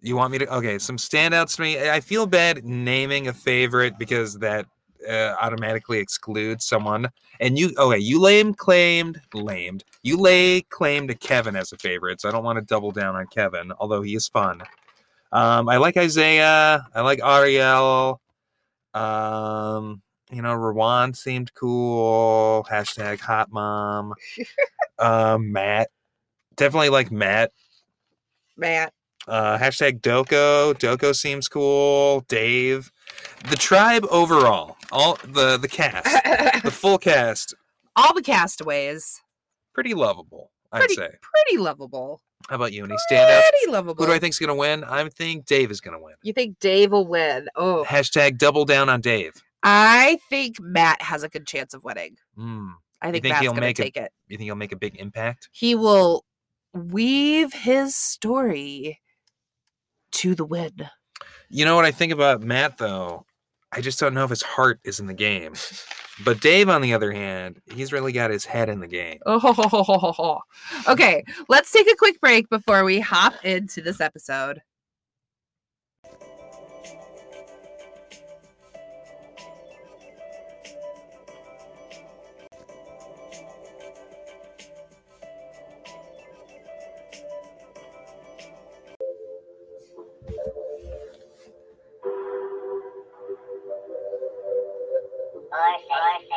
Speaker 1: You want me to? Okay, some standouts to me. I I feel bad naming a favorite because that uh, automatically excludes someone. And you, okay, you lame claimed, lamed. You lay claim to Kevin as a favorite, so I don't want to double down on Kevin, although he is fun. Um, I like Isaiah. I like Ariel. Um, you know, Rawan seemed cool. Hashtag hot mom. um, Matt. Definitely like Matt.
Speaker 2: Matt.
Speaker 1: Uh, hashtag Doko. Doko seems cool. Dave. The tribe overall. All the the cast. the full cast.
Speaker 2: All the castaways.
Speaker 1: Pretty lovable, I'd
Speaker 2: Pretty,
Speaker 1: say.
Speaker 2: pretty lovable.
Speaker 1: How about you? Any standouts?
Speaker 2: Pretty lovable.
Speaker 1: Who do I think's gonna win? I think Dave is gonna win.
Speaker 2: You think Dave will win? Oh,
Speaker 1: Hashtag double down on Dave.
Speaker 2: I think Matt has a good chance of winning.
Speaker 1: Mm.
Speaker 2: I think,
Speaker 1: think
Speaker 2: Matt's
Speaker 1: he'll
Speaker 2: going to
Speaker 1: make a-
Speaker 2: take it.
Speaker 1: You think he'll make a big impact?
Speaker 2: He will weave his story to the win.
Speaker 1: You know what I think about Matt though? I just don't know if his heart is in the game. But Dave, on the other hand, he's really got his head in the game.
Speaker 2: Oh, ho, ho, ho, ho, ho, ho. okay. Let's take a quick break before we hop into this episode.
Speaker 3: Orphan.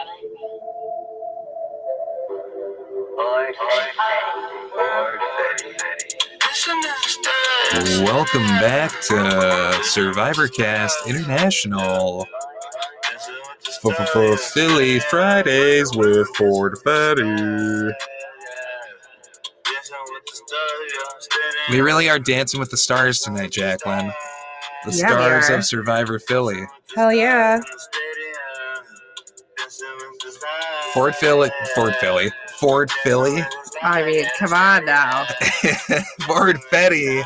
Speaker 1: Welcome back to Survivor Cast International for, for, for Philly Fridays with Ford Fatty. We really are dancing with the stars tonight, Jacqueline. The
Speaker 2: Yeah, we
Speaker 1: stars
Speaker 2: are.
Speaker 1: of Survivor Philly.
Speaker 2: Hell yeah.
Speaker 1: Ford Philly. Ford Philly. Ford Philly.
Speaker 2: I mean, come on now.
Speaker 1: Ford Fetty,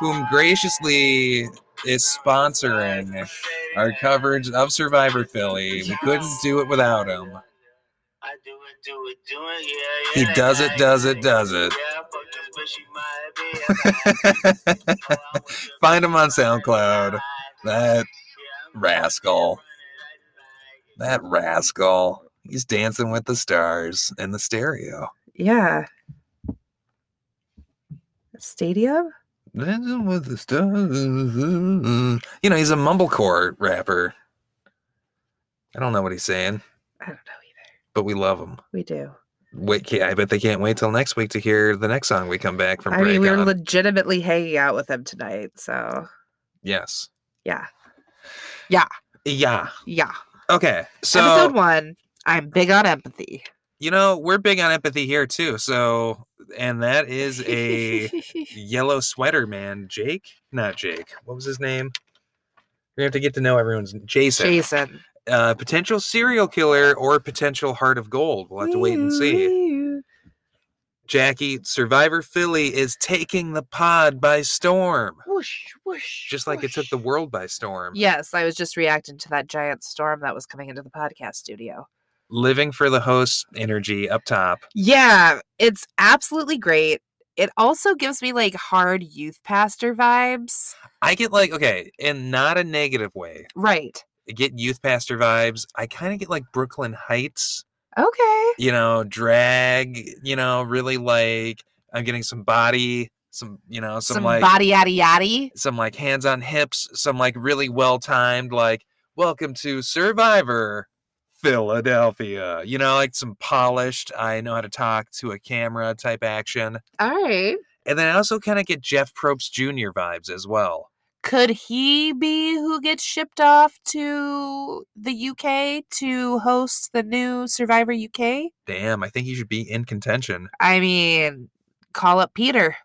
Speaker 1: whom graciously is sponsoring our coverage of Survivor Philly. We couldn't do it without him.
Speaker 3: He does it, does it, does it.
Speaker 1: Find him on SoundCloud. That
Speaker 3: rascal.
Speaker 1: that rascal. He's dancing with the stars in the stereo.
Speaker 2: Yeah. Stadium?
Speaker 1: Dancing with the stars. You know, he's a mumblecore rapper. I don't know what he's saying,
Speaker 2: I don't know either.
Speaker 1: but we love him.
Speaker 2: We do.
Speaker 1: Wait, ca- I bet they can't wait till next week to hear the next song we come back from.
Speaker 2: I mean,
Speaker 1: break
Speaker 2: we were
Speaker 1: on.
Speaker 2: legitimately hanging out with him tonight. So,
Speaker 1: yes.
Speaker 2: yeah.
Speaker 1: Yeah.
Speaker 2: Yeah.
Speaker 1: Okay. So
Speaker 2: Episode one I'm big on empathy.
Speaker 1: you know we're big on empathy here too. So and that is a yellow sweater man, Jake. Not Jake. What was his name? You're gonna have to get to know everyone's Jason.
Speaker 2: Jason.
Speaker 1: Uh, potential serial killer or potential heart of gold. We'll have to wait and
Speaker 2: Mm-hmm.
Speaker 1: see. Jackie, Survivor Philly is taking the pod by storm,
Speaker 2: Whoosh, whoosh.
Speaker 1: just like it took the
Speaker 2: whoosh.
Speaker 1: world by storm.
Speaker 2: Yes, I was just reacting to that giant storm that was coming into the podcast studio.
Speaker 1: Living for the host energy up top.
Speaker 2: Yeah, it's absolutely great. It also gives me like hard youth pastor vibes.
Speaker 1: I get like okay, and not a negative way.
Speaker 2: Right.
Speaker 1: get youth pastor vibes. I kind of get like Brooklyn Heights,
Speaker 2: Okay.
Speaker 1: you know, drag, you know, really like I'm getting some body, some, you know, some,
Speaker 2: Some
Speaker 1: like
Speaker 2: body yaddy yaddy.
Speaker 1: some like hands on hips, some like really well timed, like welcome to Survivor Philadelphia. You know, like some polished, I know how to talk to a camera type action.
Speaker 2: All right.
Speaker 1: And then I also kind of get Jeff Probst Jr. vibes as well.
Speaker 2: Could he be who gets shipped off to the UK to host the new Survivor UK?
Speaker 1: Damn, I think he should be in contention.
Speaker 2: I mean, call up Peter.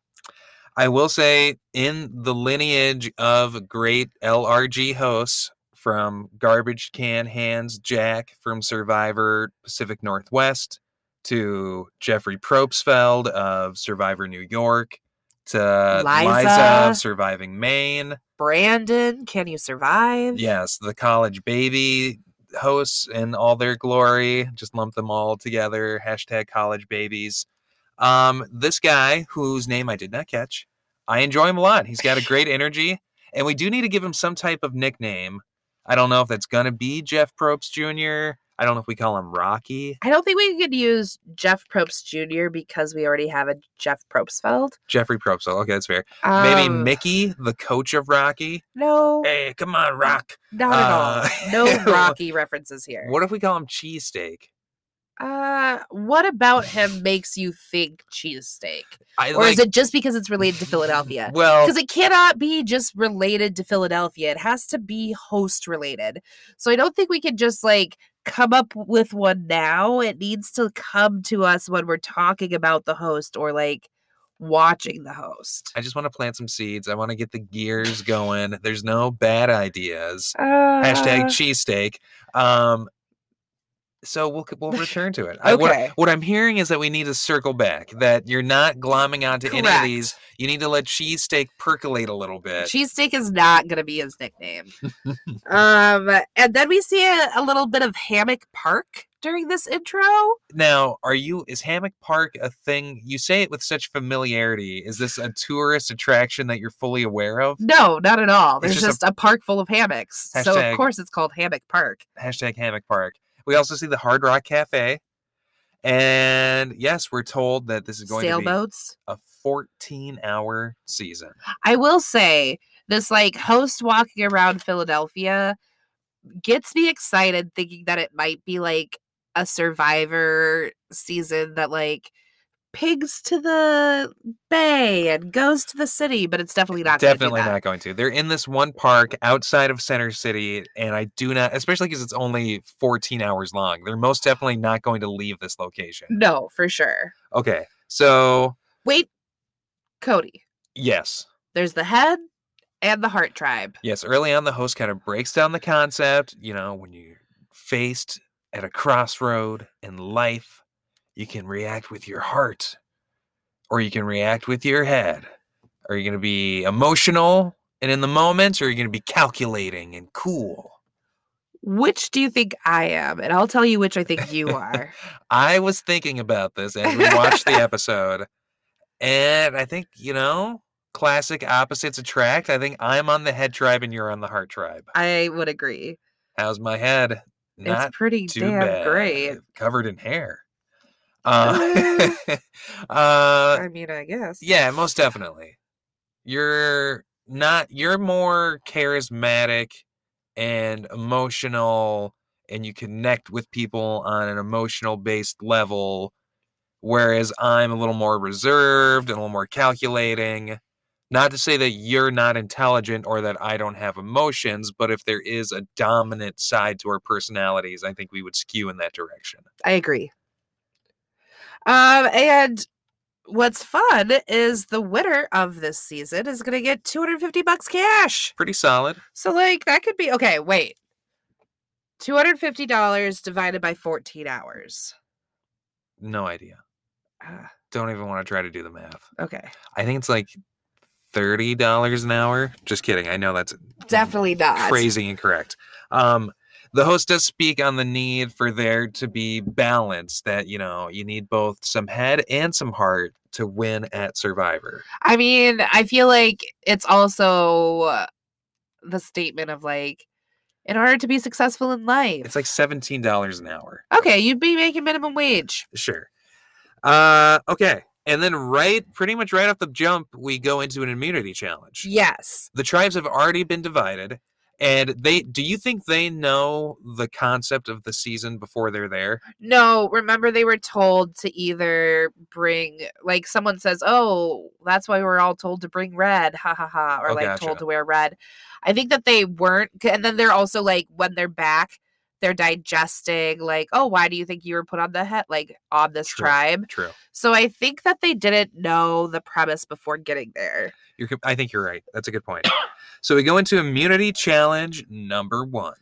Speaker 1: I will say, in the lineage of great LRG hosts from Garbage Can Hands Jack from Survivor Pacific Northwest to Jeffrey Propsfeld of Survivor New York to
Speaker 2: Liza.
Speaker 1: Liza of Surviving Maine.
Speaker 2: Brandon, can you survive?
Speaker 1: Yes, the college baby hosts in all their glory. Just lump them all together. Hashtag college babies. Um, this guy whose name I did not catch, I enjoy him a lot. He's got a great energy, and we do need to give him some type of nickname. I don't know if that's gonna be Jeff Probst Jr. I don't know if we call him Rocky,
Speaker 2: I don't think we could use Jeff Probst Jr. because we already have a Jeff Probstfeld.
Speaker 1: Jeffrey Probst. oh, Okay, that's fair. Maybe
Speaker 2: Um,
Speaker 1: Mickey, the coach of Rocky.
Speaker 2: No,
Speaker 1: Hey, come on, Rock.
Speaker 2: not at
Speaker 1: uh,
Speaker 2: all. No Rocky references here.
Speaker 1: What if we call him Cheesesteak?
Speaker 2: Uh, what about him makes you think cheesesteak?
Speaker 1: I,
Speaker 2: Or is it just because it's related to Philadelphia?
Speaker 1: Well,
Speaker 2: Because it cannot be just related to Philadelphia. It has to be host related. So I don't think we can just like come up with one now. It needs to come to us when we're talking about the host or like watching the host.
Speaker 1: I just want to plant some seeds. I want to get the gears going. There's no bad ideas. Hashtag
Speaker 2: Uh,
Speaker 1: cheesesteak. Um, so we'll c- we'll return to it. I-
Speaker 2: Okay.
Speaker 1: what, what I'm hearing is that we need to circle back. That you're not glomming onto any of these.
Speaker 2: correct.
Speaker 1: You need to let cheesesteak percolate a little bit.
Speaker 2: Cheesesteak is not going to be his nickname. um, and then we see a, a little bit of Hammock Park during this intro.
Speaker 1: now, are you is Hammock Park a thing? You say it with such familiarity. Is this a tourist attraction that you're fully aware of?
Speaker 2: No, not at all.
Speaker 1: It's
Speaker 2: There's
Speaker 1: just
Speaker 2: just, a, park full of hammocks. so
Speaker 1: Hashtag-
Speaker 2: of course it's called Hammock Park.
Speaker 1: hashtag hammock park. We also see the Hard Rock Cafe. And yes, we're told that this is going
Speaker 2: Sailboats.
Speaker 1: to be a 14 hour season.
Speaker 2: I will say this like host walking around Philadelphia gets me excited thinking that it might be like a survivor season that like pigs to the bay and goes to the city, but it's definitely not gonna do
Speaker 1: Definitely
Speaker 2: that.
Speaker 1: not going to. They're in this one park outside of Center City, and I do not, especially because it's only 14 hours long. They're most definitely not going to leave this location.
Speaker 2: No, for sure.
Speaker 1: Okay, so
Speaker 2: Wait, Cody.
Speaker 1: yes,
Speaker 2: There's the head and the heart tribe.
Speaker 1: yes, early on, the host kind of breaks down the concept. You know, when you're faced at a crossroad in life, you can react with your heart or you can react with your head. Are you going to be emotional and in the moment, or are you going to be calculating and cool?
Speaker 2: Which do you think I am? And I'll tell you which I think you are.
Speaker 1: I was thinking about this as we watched the episode, and I think, you know, classic opposites attract. I think I'm on the head tribe and you're on the heart tribe.
Speaker 2: I would agree.
Speaker 1: How's my head? Not
Speaker 2: it's pretty
Speaker 1: too
Speaker 2: damn
Speaker 1: bad.
Speaker 2: great.
Speaker 1: Covered in hair. Uh, uh,
Speaker 2: I mean, I guess.
Speaker 1: yeah, most definitely. You're not. You're more charismatic and emotional, and you connect with people on an emotional based level. Whereas I'm a little more reserved and a little more calculating. Not to say that you're not intelligent or that I don't have emotions, but if there is a dominant side to our personalities, I think we would skew in that direction.
Speaker 2: I agree. Um, and what's fun is the winner of this season is going to get 250 bucks cash.
Speaker 1: Pretty solid.
Speaker 2: So, like, that could be okay. Wait. $250 divided by 14 hours.
Speaker 1: No idea.
Speaker 2: Ah,
Speaker 1: Don't even want to try to do the math.
Speaker 2: okay.
Speaker 1: I think it's like thirty dollars an hour. Just kidding. I know that's
Speaker 2: Definitely not.
Speaker 1: Mm, crazy incorrect. Um, the host does speak on the need for there to be balance. That you know you need both some head and some heart to win at Survivor.
Speaker 2: I mean, I feel like it's also uh, the statement of like in order to be successful in life.
Speaker 1: It's like seventeen dollars an hour.
Speaker 2: okay, you'd be making minimum wage.
Speaker 1: Sure. Uh, okay. And then right, pretty much right off the jump, we go into an immunity challenge.
Speaker 2: Yes.
Speaker 1: The tribes have already been divided, and they. Do you think they know the concept of the season before they're there?
Speaker 2: No, remember they were told to either bring like someone says, "Oh, that's why we're all told to bring red." Ha ha ha. Or
Speaker 1: Oh,
Speaker 2: like told
Speaker 1: gotcha.
Speaker 2: to wear red. I think that they weren't c- and then they're also like when they're back, they're digesting like, "Oh, why do you think you were put on the head like on this
Speaker 1: True.
Speaker 2: tribe?"
Speaker 1: True.
Speaker 2: So I think that they didn't know the premise before getting there.
Speaker 1: You're, com- I think you're right. That's a good point. so we go into immunity challenge number one.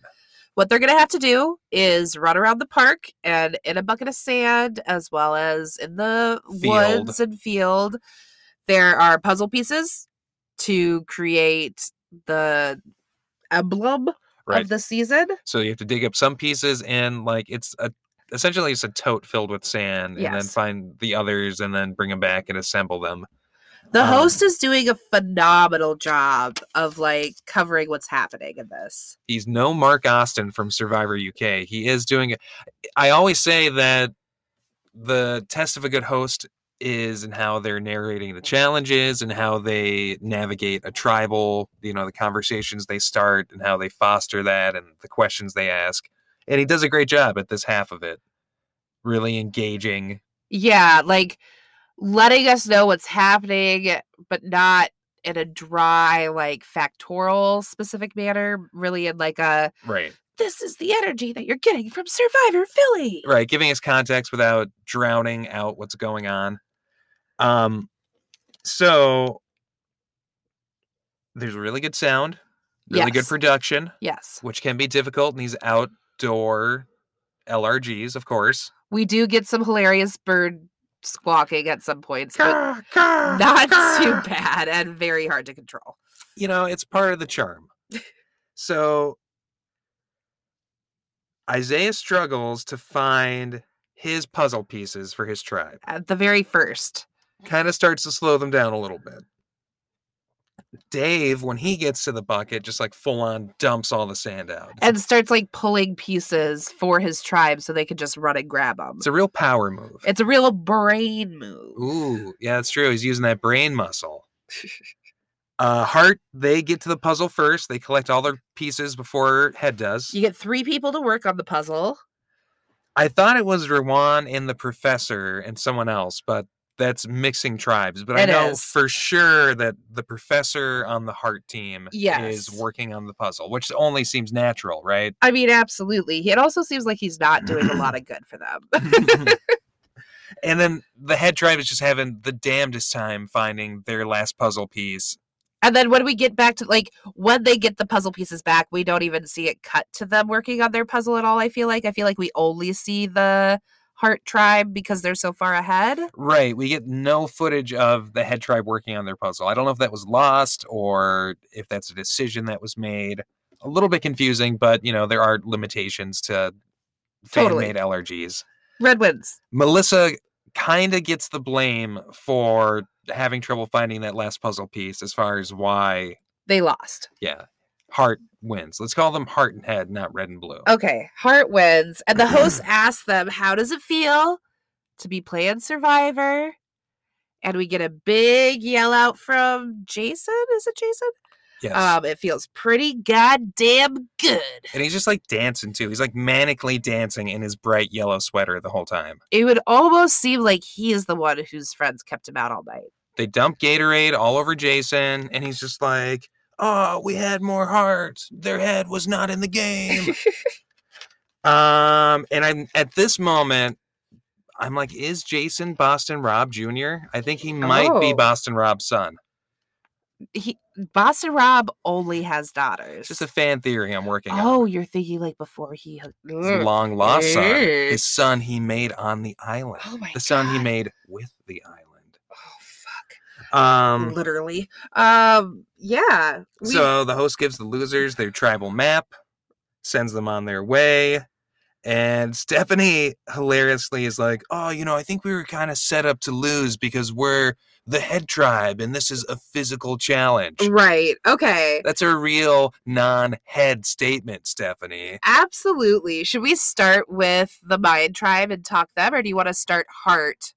Speaker 2: What they're going to have to do is run around the park and in a bucket of sand, as well as in the
Speaker 1: Field.
Speaker 2: woods and field. There are puzzle pieces to create the emblem
Speaker 1: Right.
Speaker 2: of the season.
Speaker 1: so you have to dig up some pieces, and like it's a essentially it's a tote filled with sand, and then
Speaker 2: Yes.
Speaker 1: find the others, and then bring them back and assemble them.
Speaker 2: The
Speaker 1: Um,
Speaker 2: host is doing a phenomenal job of like covering what's happening in this.
Speaker 1: he's no Mark Austin from Survivor UK. He is doing. I always say that the test of a good host is in how they're narrating the challenges and how they navigate a tribal, you know, the conversations they start and how they foster that and the questions they ask. And he does a great job at this half of it. Really engaging.
Speaker 2: Yeah, like letting us know what's happening, but not in a dry, like factorial specific manner, really in like a
Speaker 1: Right.
Speaker 2: this is the energy that you're getting from Survivor Philly.
Speaker 1: Right. Giving us context without drowning out what's going on. Um so there's really good sound. really good
Speaker 2: Yes.
Speaker 1: production,
Speaker 2: Yes.
Speaker 1: which can be difficult in these outdoor LRGs, of course.
Speaker 2: We do get some hilarious bird squawking at some points, but
Speaker 1: Not
Speaker 2: not too bad and very hard to control.
Speaker 1: You know, it's part of the charm. So Isaiah struggles to find his puzzle pieces for his tribe.
Speaker 2: At the very first.
Speaker 1: Kind of starts to slow them down a little bit. Dave, when he gets to the bucket, just like full on dumps all the sand out. It's a-
Speaker 2: And starts like pulling pieces for his tribe so they can just run and grab them.
Speaker 1: it's a real power move.
Speaker 2: It's a real brain move.
Speaker 1: Ooh, yeah, that's true. He's using that brain muscle. uh, Heart, they get to the puzzle first. They collect all their pieces before Head does.
Speaker 2: You get three people to work on the puzzle.
Speaker 1: I thought it was Rawan and the professor and someone else, but that's mixing tribes. But I
Speaker 2: It
Speaker 1: know
Speaker 2: is.
Speaker 1: for sure that the professor on the Heart team
Speaker 2: Yes.
Speaker 1: is working on the puzzle, which only seems natural, right?
Speaker 2: I mean, absolutely. He- It also seems like he's not doing a lot of good for them.
Speaker 1: and then the head tribe is just having the damnedest time finding their last puzzle piece.
Speaker 2: And then when we get back to like when they get the puzzle pieces back, we don't even see it cut to them working on their puzzle at all. I feel like I feel like we only see the heart tribe because they're so far ahead.
Speaker 1: Right. We get no footage of the head tribe working on their puzzle. I don't know if that was lost or if that's a decision that was made. A little bit confusing, but you know, there are limitations to
Speaker 2: Totally.
Speaker 1: fan-made LRGs.
Speaker 2: Red wins.
Speaker 1: Melissa kind of gets the blame for having trouble finding that last puzzle piece as far as why,
Speaker 2: They lost.
Speaker 1: yeah, Heart wins. Let's call them Heart and Head, not Red and Blue.
Speaker 2: Okay, heart wins. And the host asks them, "How does it feel to be playing Survivor?" And we get a big yell out from Jason. Is it Jason?
Speaker 1: Yes.
Speaker 2: Um, it feels pretty goddamn good.
Speaker 1: Uh, and he's just like dancing too. He's like manically dancing in his bright yellow sweater the whole time.
Speaker 2: It would almost seem like he is the one whose friends kept him out all night.
Speaker 1: they dump Gatorade all over Jason, and he's just like, "Oh, we had more hearts. Their head was not in the game." um, and I'm at this moment, I'm like, "Is Jason Boston Rob Jr.? I think he might be
Speaker 2: Oh.
Speaker 1: Boston Rob's son."
Speaker 2: he Boston Rob only has daughters.
Speaker 1: It's just a fan theory I'm working
Speaker 2: oh, mm.
Speaker 1: on.
Speaker 2: you're thinking like before he hooked.
Speaker 1: His
Speaker 2: Ugh.
Speaker 1: long lost son,
Speaker 2: Eh.
Speaker 1: his son he made on the island,
Speaker 2: Oh my
Speaker 1: the son he
Speaker 2: God.
Speaker 1: made with the island.
Speaker 2: Oh fuck!
Speaker 1: Um,
Speaker 2: Literally. Um. Yeah. we-
Speaker 1: So the host gives the losers their tribal map, sends them on their way, And Stephanie hilariously is like, "Oh, you know, I think we were kind of set up to lose because we're the head tribe, and this is a physical challenge."
Speaker 2: Right. Okay.
Speaker 1: That's a real non-head statement, Stephanie.
Speaker 2: Absolutely. Should we start with the Mind Tribe and talk them, or do you want to start Heart?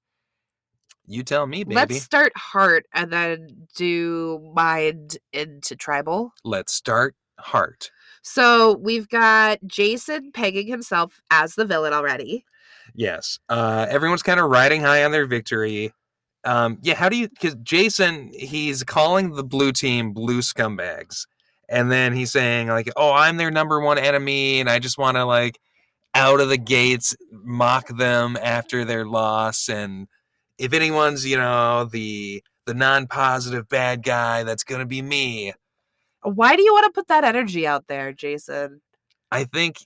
Speaker 1: You tell me, baby.
Speaker 2: Let's start Heart and then do Mind into Tribal.
Speaker 1: Let's start heart.
Speaker 2: So we've got Jason pegging himself as the villain already.
Speaker 1: Yes. Uh, everyone's kind of riding high on their victory. Um, yeah, how do you? Because Jason, he's calling the blue team blue scumbags. And then he's saying, like, oh, I'm their number one enemy, and I just want to, like, out of the gates, mock them after their loss. And if anyone's, you know, the the non-positive bad guy, that's going to be me.
Speaker 2: Why do you want to put that energy out there, Jason?
Speaker 1: I think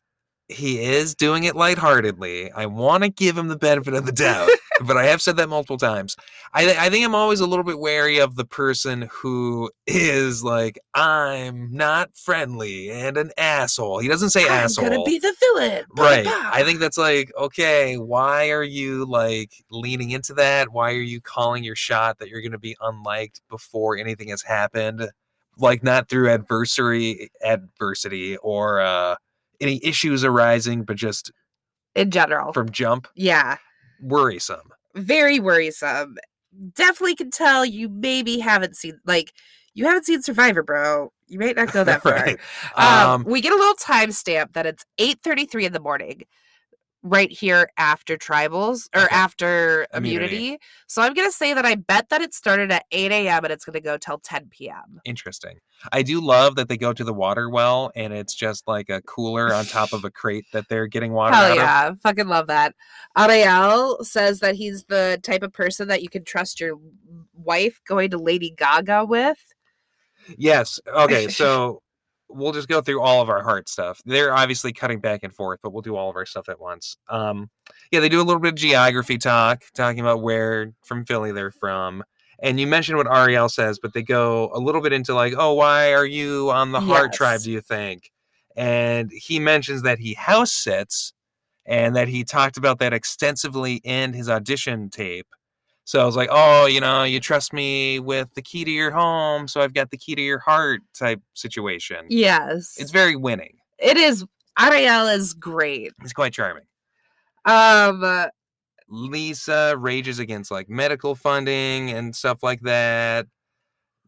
Speaker 1: he is doing it lightheartedly. I want to give him the benefit of the doubt, but I have said that multiple times. I, th- I think I'm always a little bit wary of the person who is like, I'm not friendly and an asshole. He doesn't say asshole.
Speaker 2: the villain.
Speaker 1: right. I think that's like, okay, why are you like leaning into that? Why are you calling your shot that you're going to be unliked before anything has happened? Like not through adversary adversity or uh any issues arising, but just
Speaker 2: in general.
Speaker 1: from jump,
Speaker 2: yeah.
Speaker 1: worrisome.
Speaker 2: Very worrisome. Definitely can tell you maybe haven't seen like you haven't seen Survivor, bro. You might not go that far.
Speaker 1: right.
Speaker 2: Um,
Speaker 1: Um,
Speaker 2: we get a little timestamp that it's 8:33 in the morning right here after tribals or
Speaker 1: Okay.
Speaker 2: after immunity.
Speaker 1: Immunity.
Speaker 2: So I'm gonna say that I bet that it started at 8 a.m. and it's gonna go till 10 p.m.
Speaker 1: interesting. I do love that they go to the water well and it's just like a cooler on top of a crate that they're getting water
Speaker 2: Hell
Speaker 1: out of.
Speaker 2: yeah. Fucking love that. Ariel says that he's the type of person that you can trust your wife going to Lady Gaga with.
Speaker 1: Yes. Okay. So we'll just go through all of our heart stuff. They're obviously cutting back and forth, but we'll do all of our stuff at once. Um, yeah, they do a little bit of geography talk, talking about where from Philly they're from. And you mentioned what Ariel says, but they go a little bit into like, oh, why are you on the heart tribe,
Speaker 2: Yes.
Speaker 1: do you think? And he mentions that he house sits and that he talked about that extensively in his audition tape. So I was like, oh, you know, you trust me with the key to your home, so I've got the key to your heart type situation.
Speaker 2: Yes.
Speaker 1: It's very winning.
Speaker 2: it is Ariel is great.
Speaker 1: It's quite charming.
Speaker 2: Um
Speaker 1: Lisa rages against like medical funding and stuff like that.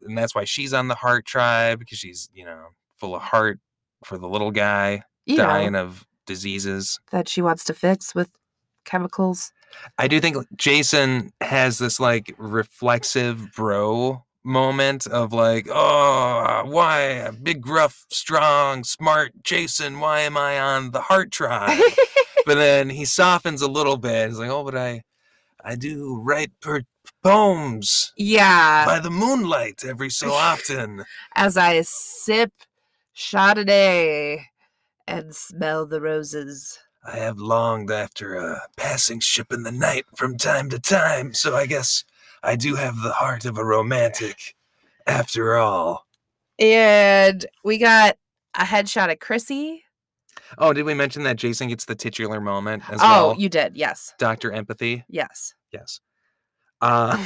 Speaker 1: And that's why she's on the heart tribe because she's, you know, full of heart for the little guy
Speaker 2: you know,
Speaker 1: dying of diseases.
Speaker 2: that she wants to fix with chemicals.
Speaker 1: I do think Jason has this like reflexive bro moment of like, oh, why big, gruff, strong, smart Jason? Why am I on the heart tribe? but then he softens a little bit. He's like, oh, but I, I do write per- poems
Speaker 2: yeah.
Speaker 1: by the moonlight every so often.
Speaker 2: as I sip Chardonnay and smell the roses.
Speaker 1: I have longed after a passing ship in the night from time to time, so I guess I do have the heart of a romantic after all.
Speaker 2: And we got a headshot of Chrissy.
Speaker 1: Oh, did we mention that Jason gets the titular moment as
Speaker 2: oh,
Speaker 1: well?
Speaker 2: you did. Yes.
Speaker 1: Dr. Empathy?
Speaker 2: Yes.
Speaker 1: Yes. Uh,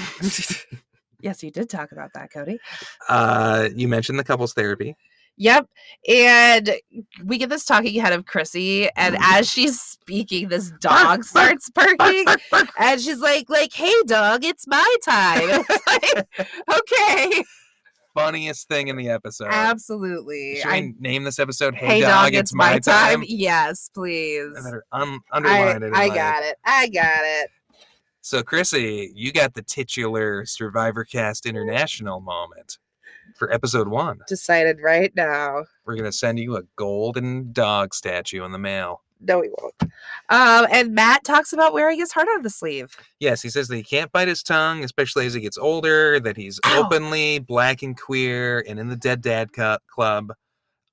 Speaker 2: Yes, you did talk about that, Cody.
Speaker 1: uh, you mentioned the couples therapy.
Speaker 2: Yep. And we get this talking head of Chrissy, and
Speaker 1: Mm-hmm.
Speaker 2: as she's speaking, this dog starts barking, and she's like, "Like, hey, dog, it's my time." It's like, okay,
Speaker 1: Funniest thing in the episode.
Speaker 2: absolutely.
Speaker 1: Should
Speaker 2: I-
Speaker 1: we name this episode Hey,
Speaker 2: hey,
Speaker 1: Dog, It's My, Time?
Speaker 2: Yes, please.
Speaker 1: I better un-
Speaker 2: I,
Speaker 1: underline it. in
Speaker 2: I
Speaker 1: my-
Speaker 2: got it. I got it.
Speaker 1: So, Chrissy, you got the titular Survivor Cast International moment for episode one.
Speaker 2: Decided right now.
Speaker 1: We're going to send you a golden dog statue in the mail.
Speaker 2: No, we won't. Um, and Matt talks about wearing his heart on the sleeve.
Speaker 1: Yes, he says that he can't bite his tongue, especially as he gets older, that he's
Speaker 2: Ow.
Speaker 1: openly black and queer and in the Dead Dad Cu- Club.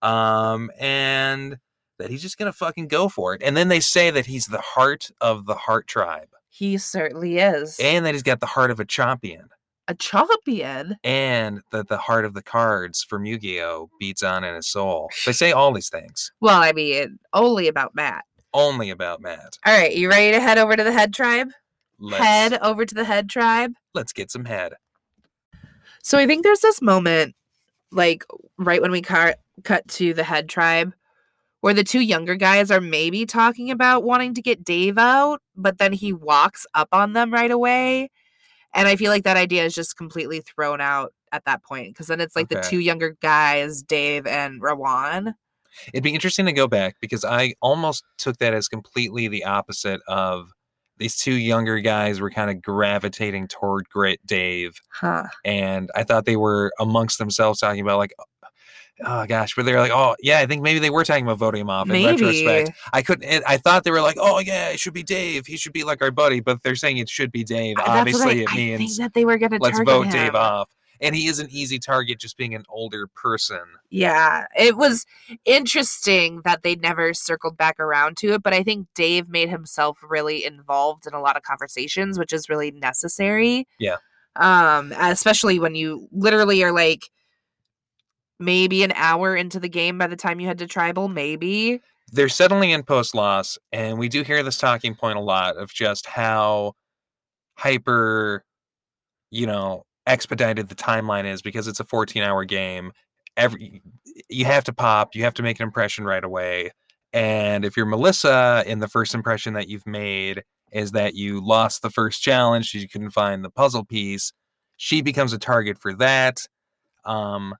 Speaker 1: Um, and that he's just going to fucking go for it. And then they say that he's the heart of the heart tribe
Speaker 2: He certainly is
Speaker 1: and that he's got the heart of a champion
Speaker 2: a champion.
Speaker 1: and that the heart of the cards from Yu Gi Oh beats on in his soul. They say all these things.
Speaker 2: Well, I mean, only about Matt.
Speaker 1: only about Matt.
Speaker 2: All right, you ready to head over to the head tribe?
Speaker 1: Let's,
Speaker 2: Head over to the head tribe.
Speaker 1: Let's get some head.
Speaker 2: So I think there's this moment, like right when we cut cut to the head tribe, where the two younger guys are maybe talking about wanting to get Dave out, but then he walks up on them right away, and I feel like that idea is just completely thrown out at that point because then it's like the
Speaker 1: Okay.
Speaker 2: two younger guys, Dave and Rawan.
Speaker 1: It'd be interesting to go back because I almost took that as completely the opposite of these two younger guys were kind of gravitating toward Grit Dave.
Speaker 2: Huh.
Speaker 1: And I thought they were amongst themselves talking about, like, oh gosh, but they're like, oh, yeah, I think maybe they were talking about voting him off in retrospect.
Speaker 2: Maybe.
Speaker 1: I couldn't, and I thought they were like, oh, yeah, it should be Dave. He should be like our buddy. But they're saying it should be Dave.
Speaker 2: I- Uh, that's what I-
Speaker 1: Obviously, it
Speaker 2: I think
Speaker 1: means
Speaker 2: that they were gonna
Speaker 1: let's
Speaker 2: target
Speaker 1: vote Dave
Speaker 2: him.
Speaker 1: off. And he is an easy target just being an older person.
Speaker 2: Yeah, it was interesting that they never circled back around to it, but I think Dave made himself really involved in a lot of conversations, which is really necessary.
Speaker 1: Yeah.
Speaker 2: Um, especially when you literally are like maybe an hour into the game by the time you head to tribal, maybe.
Speaker 1: they're settling in post loss, and we do hear this talking point a lot of just how hyper, you know, expedited the timeline is because it's a 14 hour game. Every you have to pop, you have to make an impression right away. And if you're Melissa and the first impression that you've made is that you lost the first challenge, you couldn't find the puzzle piece, she becomes a target for that. Um,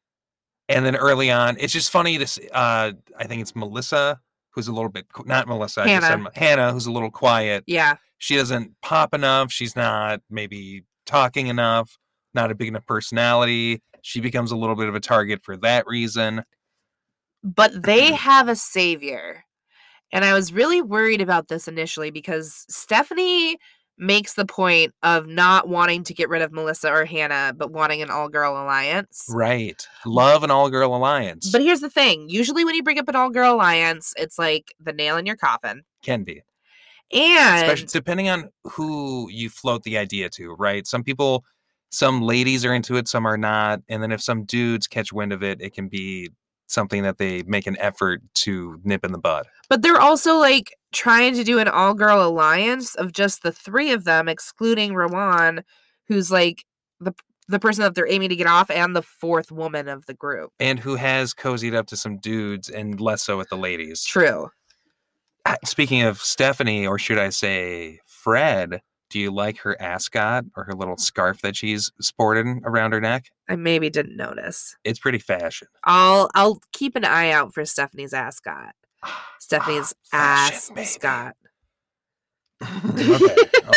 Speaker 1: and then early on, it's just funny to see. Uh, I think it's Melissa who's a little bit qu- not Melissa. I just said
Speaker 2: Hannah.
Speaker 1: Mel- Hannah, who's a little quiet.
Speaker 2: Yeah.
Speaker 1: She doesn't pop enough. She's not maybe talking enough. Not a big enough personality. She becomes a little bit of a target for that reason.
Speaker 2: But they have a savior. And I was really worried about this initially because Stephanie makes the point of not wanting to get rid of Melissa or Hannah, but wanting an all girl alliance.
Speaker 1: Right. Love an all girl alliance.
Speaker 2: Mm. But here's the thing usually, when you bring up an all girl alliance, it's like the nail in your coffin.
Speaker 1: can be.
Speaker 2: And
Speaker 1: especially depending on who you float the idea to, right? Some people, some ladies are into it, some are not, and then if some dudes catch wind of it, it can be something that they make an effort to nip in the bud.
Speaker 2: But they're also like trying to do an all girl alliance of just the three of them, excluding Rawan, who's like the the person that they're aiming to get off and the fourth woman of the group.
Speaker 1: And who has cozied up to some dudes and less so with the ladies.
Speaker 2: True.
Speaker 1: Ah, Speaking of Stephanie, or should I say Fred, do you like her ascot or her little scarf that she's sporting around her neck?
Speaker 2: I maybe didn't notice.
Speaker 1: It's pretty fashion.
Speaker 2: I'll I'll keep an eye out for Stephanie's ascot. Stephanie's
Speaker 1: Ah, fashion, baby.
Speaker 2: ascot.
Speaker 1: okay.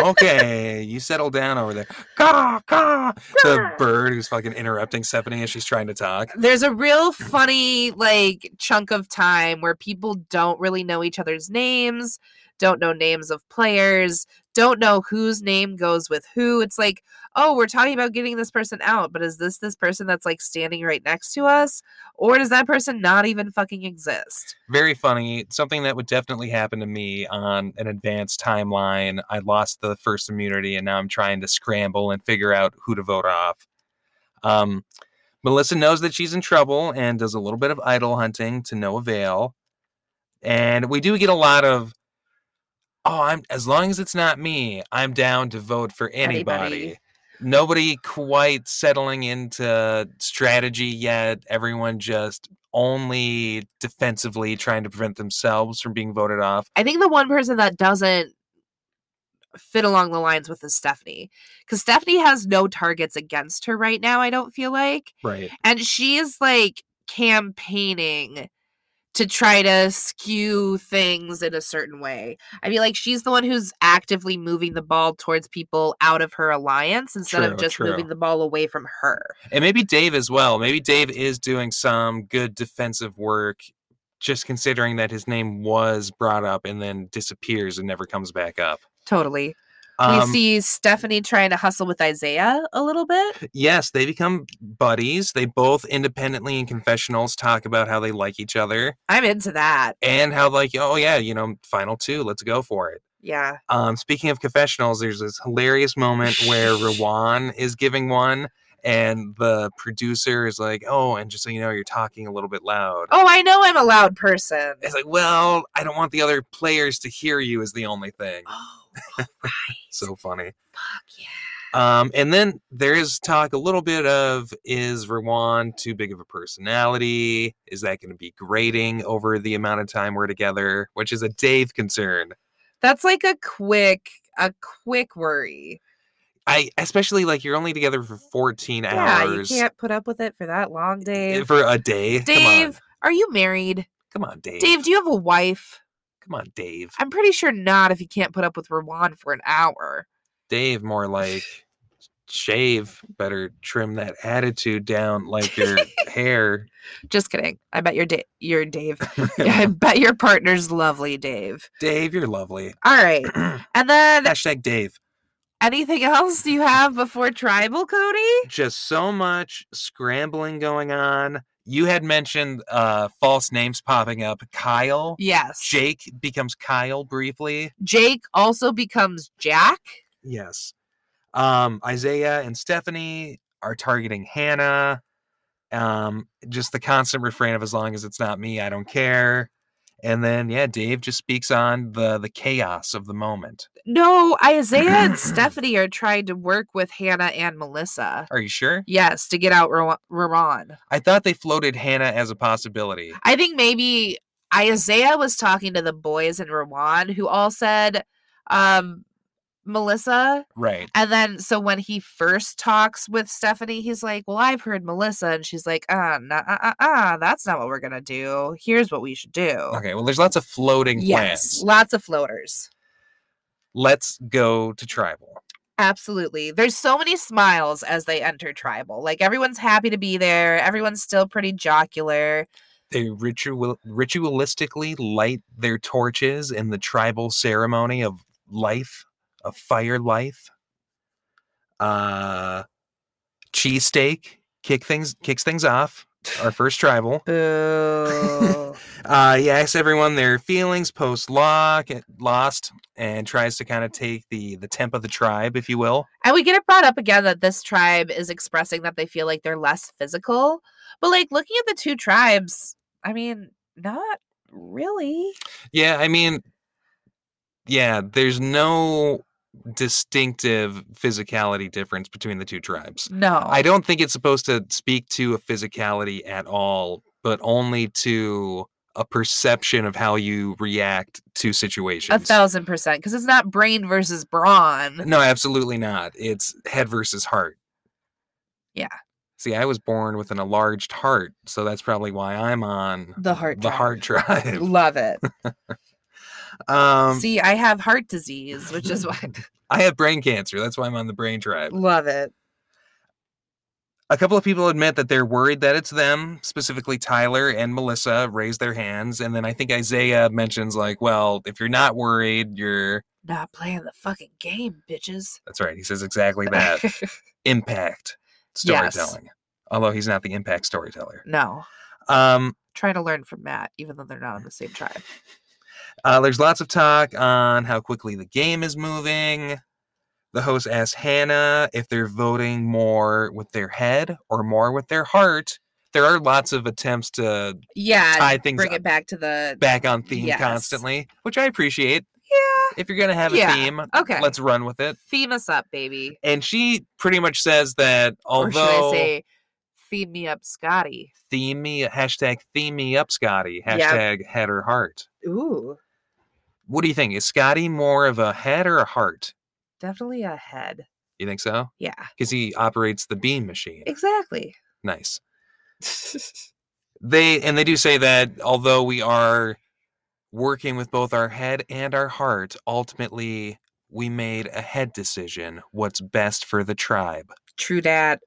Speaker 1: okay, you settle down over there. Caw, caw. The
Speaker 2: Caw.
Speaker 1: bird who's fucking interrupting Stephanie as she's trying to talk.
Speaker 2: there's a real funny like chunk of time where people don't really know each other's names, don't know names of players, don't know whose name goes with who. It's like, oh, we're talking about getting this person out, but is this this person that's like standing right next to us, or does that person not even fucking exist?
Speaker 1: Very funny. Something that would definitely happen to me on an advanced timeline. I lost the first immunity and now I'm trying to scramble and figure out who to vote off. Um, Melissa knows that she's in trouble and does a little bit of idol hunting to no avail. And we do get a lot of, oh, I'm as long as it's not me, I'm down to vote for anybody.
Speaker 2: Anybody.
Speaker 1: Nobody quite settling into strategy yet. Everyone just only defensively trying to prevent themselves from being voted off.
Speaker 2: I think the one person that doesn't fit along the lines with is Stephanie, because Stephanie has no targets against her right now. I don't feel like.
Speaker 1: Right.
Speaker 2: and she is like campaigning to try to skew things in a certain way. I mean, like she's the one who's actively moving the ball towards people out of her alliance instead of
Speaker 1: True,
Speaker 2: just moving
Speaker 1: true.
Speaker 2: the ball away from her.
Speaker 1: And maybe Dave as well. Maybe Dave is doing some good defensive work, just considering that his name was brought up and then disappears and never comes back up.
Speaker 2: Totally. we
Speaker 1: Um,
Speaker 2: see Stephanie trying to hustle with Isaiah a little bit.
Speaker 1: yes, they become buddies. They both independently in confessionals talk about how they like each other
Speaker 2: I'm into that.
Speaker 1: and how, like, oh, yeah, you know, final two, let's go for it.
Speaker 2: Yeah.
Speaker 1: Um, speaking of confessionals, there's this hilarious moment where Rawan is giving one and the producer is like, "Oh, and just so you know, you're talking a little bit loud."
Speaker 2: Oh, I know I'm a loud person.
Speaker 1: It's like, "Well, I don't want the other players to hear you." Is the only thing.
Speaker 2: Oh, right.
Speaker 1: So funny.
Speaker 2: Fuck yeah.
Speaker 1: Um, and then there is talk a little bit of is Rawan too big of a personality? Is that going to be grating over the amount of time we're together? Which is a Dave concern.
Speaker 2: That's like a quick, a quick worry.
Speaker 1: I especially like you're only together for 14
Speaker 2: Yeah, you
Speaker 1: hours eh,
Speaker 2: can't put up with it for that long, Dave.
Speaker 1: for a day.
Speaker 2: Dave, are you married?
Speaker 1: come on, come on, Dave.
Speaker 2: Dave, do you have a wife?
Speaker 1: come on, Dave.
Speaker 2: I'm pretty sure not if you can't put up with Rawan for an hour.
Speaker 1: Dave, more like shave. Better trim that attitude down, like your hair.
Speaker 2: Just kidding. I bet you're, da- you're Dave. Yeah, I bet your partner's lovely, Dave.
Speaker 1: Dave, you're lovely.
Speaker 2: All right. And then
Speaker 1: Hashtag Dave.
Speaker 2: anything else you have before tribal, Cody?
Speaker 1: just so much scrambling going on. You had mentioned uh, false names popping up. Kyle,
Speaker 2: Yes.
Speaker 1: Jake becomes Kyle briefly.
Speaker 2: Jake also becomes Jack.
Speaker 1: Yes. Um, Isaiah and Stephanie are targeting Hannah. Um, just the constant refrain of as long as it's not me, I don't care. And then yeah, Dave just speaks on the the chaos of the moment.
Speaker 2: No, Isaiah and Stephanie are trying to work with Hannah and Melissa.
Speaker 1: Are you sure?
Speaker 2: Yes, to get out Ra- Raron.
Speaker 1: I thought they floated Hannah as a possibility.
Speaker 2: I think maybe Isaiah was talking to the boys in Rawan who all said um, Melissa.
Speaker 1: Right.
Speaker 2: And then, so when he first talks with Stephanie, he's like, Well, I've heard Melissa. And she's like, Uh, nah, uh, uh, uh, that's not what we're going to do. Here's what we should do.
Speaker 1: Okay. Well, there's lots of floating
Speaker 2: Oh. Yes,
Speaker 1: plans.
Speaker 2: lots of floaters.
Speaker 1: let's go to tribal.
Speaker 2: Absolutely. There's so many smiles as they enter tribal. Like everyone's happy to be there. Everyone's still pretty jocular.
Speaker 1: They ritual ritualistically light their torches in the tribal ceremony of life, of fire life. Uh cheesesteak kick things kicks things off. Our first tribal.
Speaker 2: Boo.
Speaker 1: Uh he asks everyone their feelings post lock lost and tries to kind of take the the temp of the tribe, if you will.
Speaker 2: and we get it brought up again that this tribe is expressing that they feel like they're less physical. But like looking at the two tribes, I mean, not really.
Speaker 1: Yeah, I mean, yeah, there's no distinctive physicality difference between the two tribes.
Speaker 2: No.
Speaker 1: I don't think it's supposed to speak to a physicality at all, but only to a perception of how you react to
Speaker 2: a
Speaker 1: situations.
Speaker 2: thousand percent. Because it's not brain versus brawn.
Speaker 1: No, absolutely not. It's head versus heart.
Speaker 2: Yeah.
Speaker 1: See, I was born with an enlarged heart, so that's probably why I'm on
Speaker 2: The heart
Speaker 1: the
Speaker 2: tribe.
Speaker 1: heart tribe.
Speaker 2: Love it.
Speaker 1: Um,
Speaker 2: See, I have heart disease, which is why
Speaker 1: I have brain cancer. That's why I'm on the brain tribe.
Speaker 2: love it.
Speaker 1: A couple of people admit that they're worried that it's them, specifically Tyler and Melissa raise their hands. And then I think Isaiah mentions, like, well, if you're not worried, you're.
Speaker 2: Not playing the fucking game, bitches.
Speaker 1: That's right. He says exactly that impact
Speaker 2: Yes.
Speaker 1: storytelling. Although he's not the impact storyteller.
Speaker 2: no.
Speaker 1: Um,
Speaker 2: Trying to learn from Matt, even though they're not on the same tribe.
Speaker 1: uh, there's lots of talk on how quickly the game is moving. The host asks Hannah if they're voting more with their head or more with their heart. There are lots of attempts to
Speaker 2: Yeah.
Speaker 1: tie things
Speaker 2: bring it back to the
Speaker 1: back on theme
Speaker 2: Yes.
Speaker 1: constantly, which I appreciate.
Speaker 2: Yeah.
Speaker 1: If you're gonna have a
Speaker 2: Yeah,
Speaker 1: theme,
Speaker 2: Okay.
Speaker 1: let's run with it.
Speaker 2: theme us up, baby.
Speaker 1: And she pretty much says that
Speaker 2: or
Speaker 1: although
Speaker 2: should I say theme me up Scotty.
Speaker 1: theme me hashtag theme me up Scotty,
Speaker 2: Yep.
Speaker 1: hashtag head or heart.
Speaker 2: Ooh.
Speaker 1: What do you think? Is Scotty more of a head or a heart?
Speaker 2: Definitely a head.
Speaker 1: You think so?
Speaker 2: Yeah.
Speaker 1: Because he operates the beam machine.
Speaker 2: Exactly.
Speaker 1: Nice. They and they do say that although we are working with both our head and our heart, ultimately we made a head decision what's best for the tribe.
Speaker 2: True dat.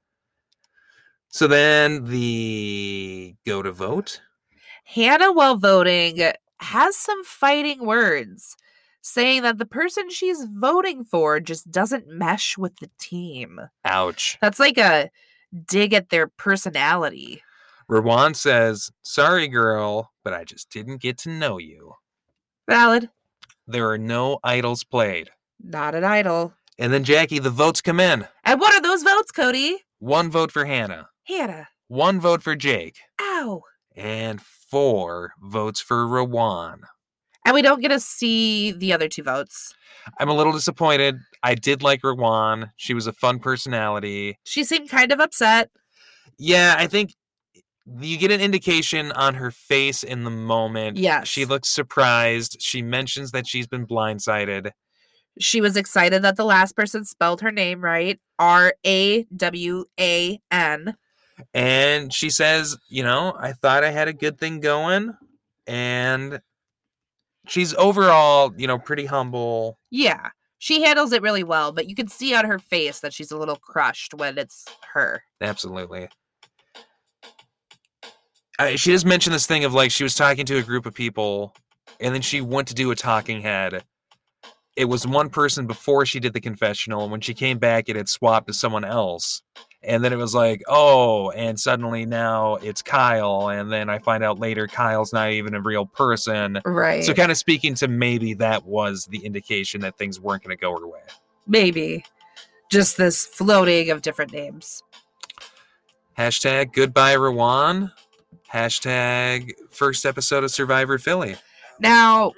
Speaker 1: So then the go to vote.
Speaker 2: Hannah while voting has some fighting words. Saying that the person she's voting for just doesn't mesh with the team.
Speaker 1: Ouch.
Speaker 2: That's like a dig at their personality.
Speaker 1: Rawan says, Sorry, girl, but I just didn't get to know you.
Speaker 2: Valid.
Speaker 1: There are no idols played.
Speaker 2: Not an idol.
Speaker 1: And then, Jackie, the votes come in.
Speaker 2: And what are those votes, Cody?
Speaker 1: one vote for Hannah,
Speaker 2: Hannah.
Speaker 1: one vote for Jake,
Speaker 2: Ow.
Speaker 1: and four votes for Rawan.
Speaker 2: And we don't get to see the other two votes.
Speaker 1: I'm a little disappointed. I did like Rawan. She was a fun personality.
Speaker 2: She seemed kind of upset.
Speaker 1: Yeah, I think eh, you get an indication on her face in the moment. She
Speaker 2: Yes.
Speaker 1: looks surprised. She mentions that she's been blindsided.
Speaker 2: She was excited that the last person spelled her name right R A W A N.
Speaker 1: And she says, you know, I thought I had a good thing going. And she's overall, you know, pretty humble.
Speaker 2: Yeah. She handles it really well, but you can see on her face that she's a little crushed when it's her.
Speaker 1: Absolutely. Uh, she does mention this thing of like she was talking to a group of people and then she went to do a talking head. It was one person before she did the confessional. and When she came back, it had swapped to someone else. And then it was like, oh, and suddenly now it's Kyle. And then I find out later Kyle's not even a real person.
Speaker 2: Right.
Speaker 1: So, kind of speaking to maybe that was the indication that things weren't going to go her way.
Speaker 2: Maybe. Just this floating of different names.
Speaker 1: Hashtag goodbye Rowan. Hashtag first episode of Survivor Philly.
Speaker 2: Now,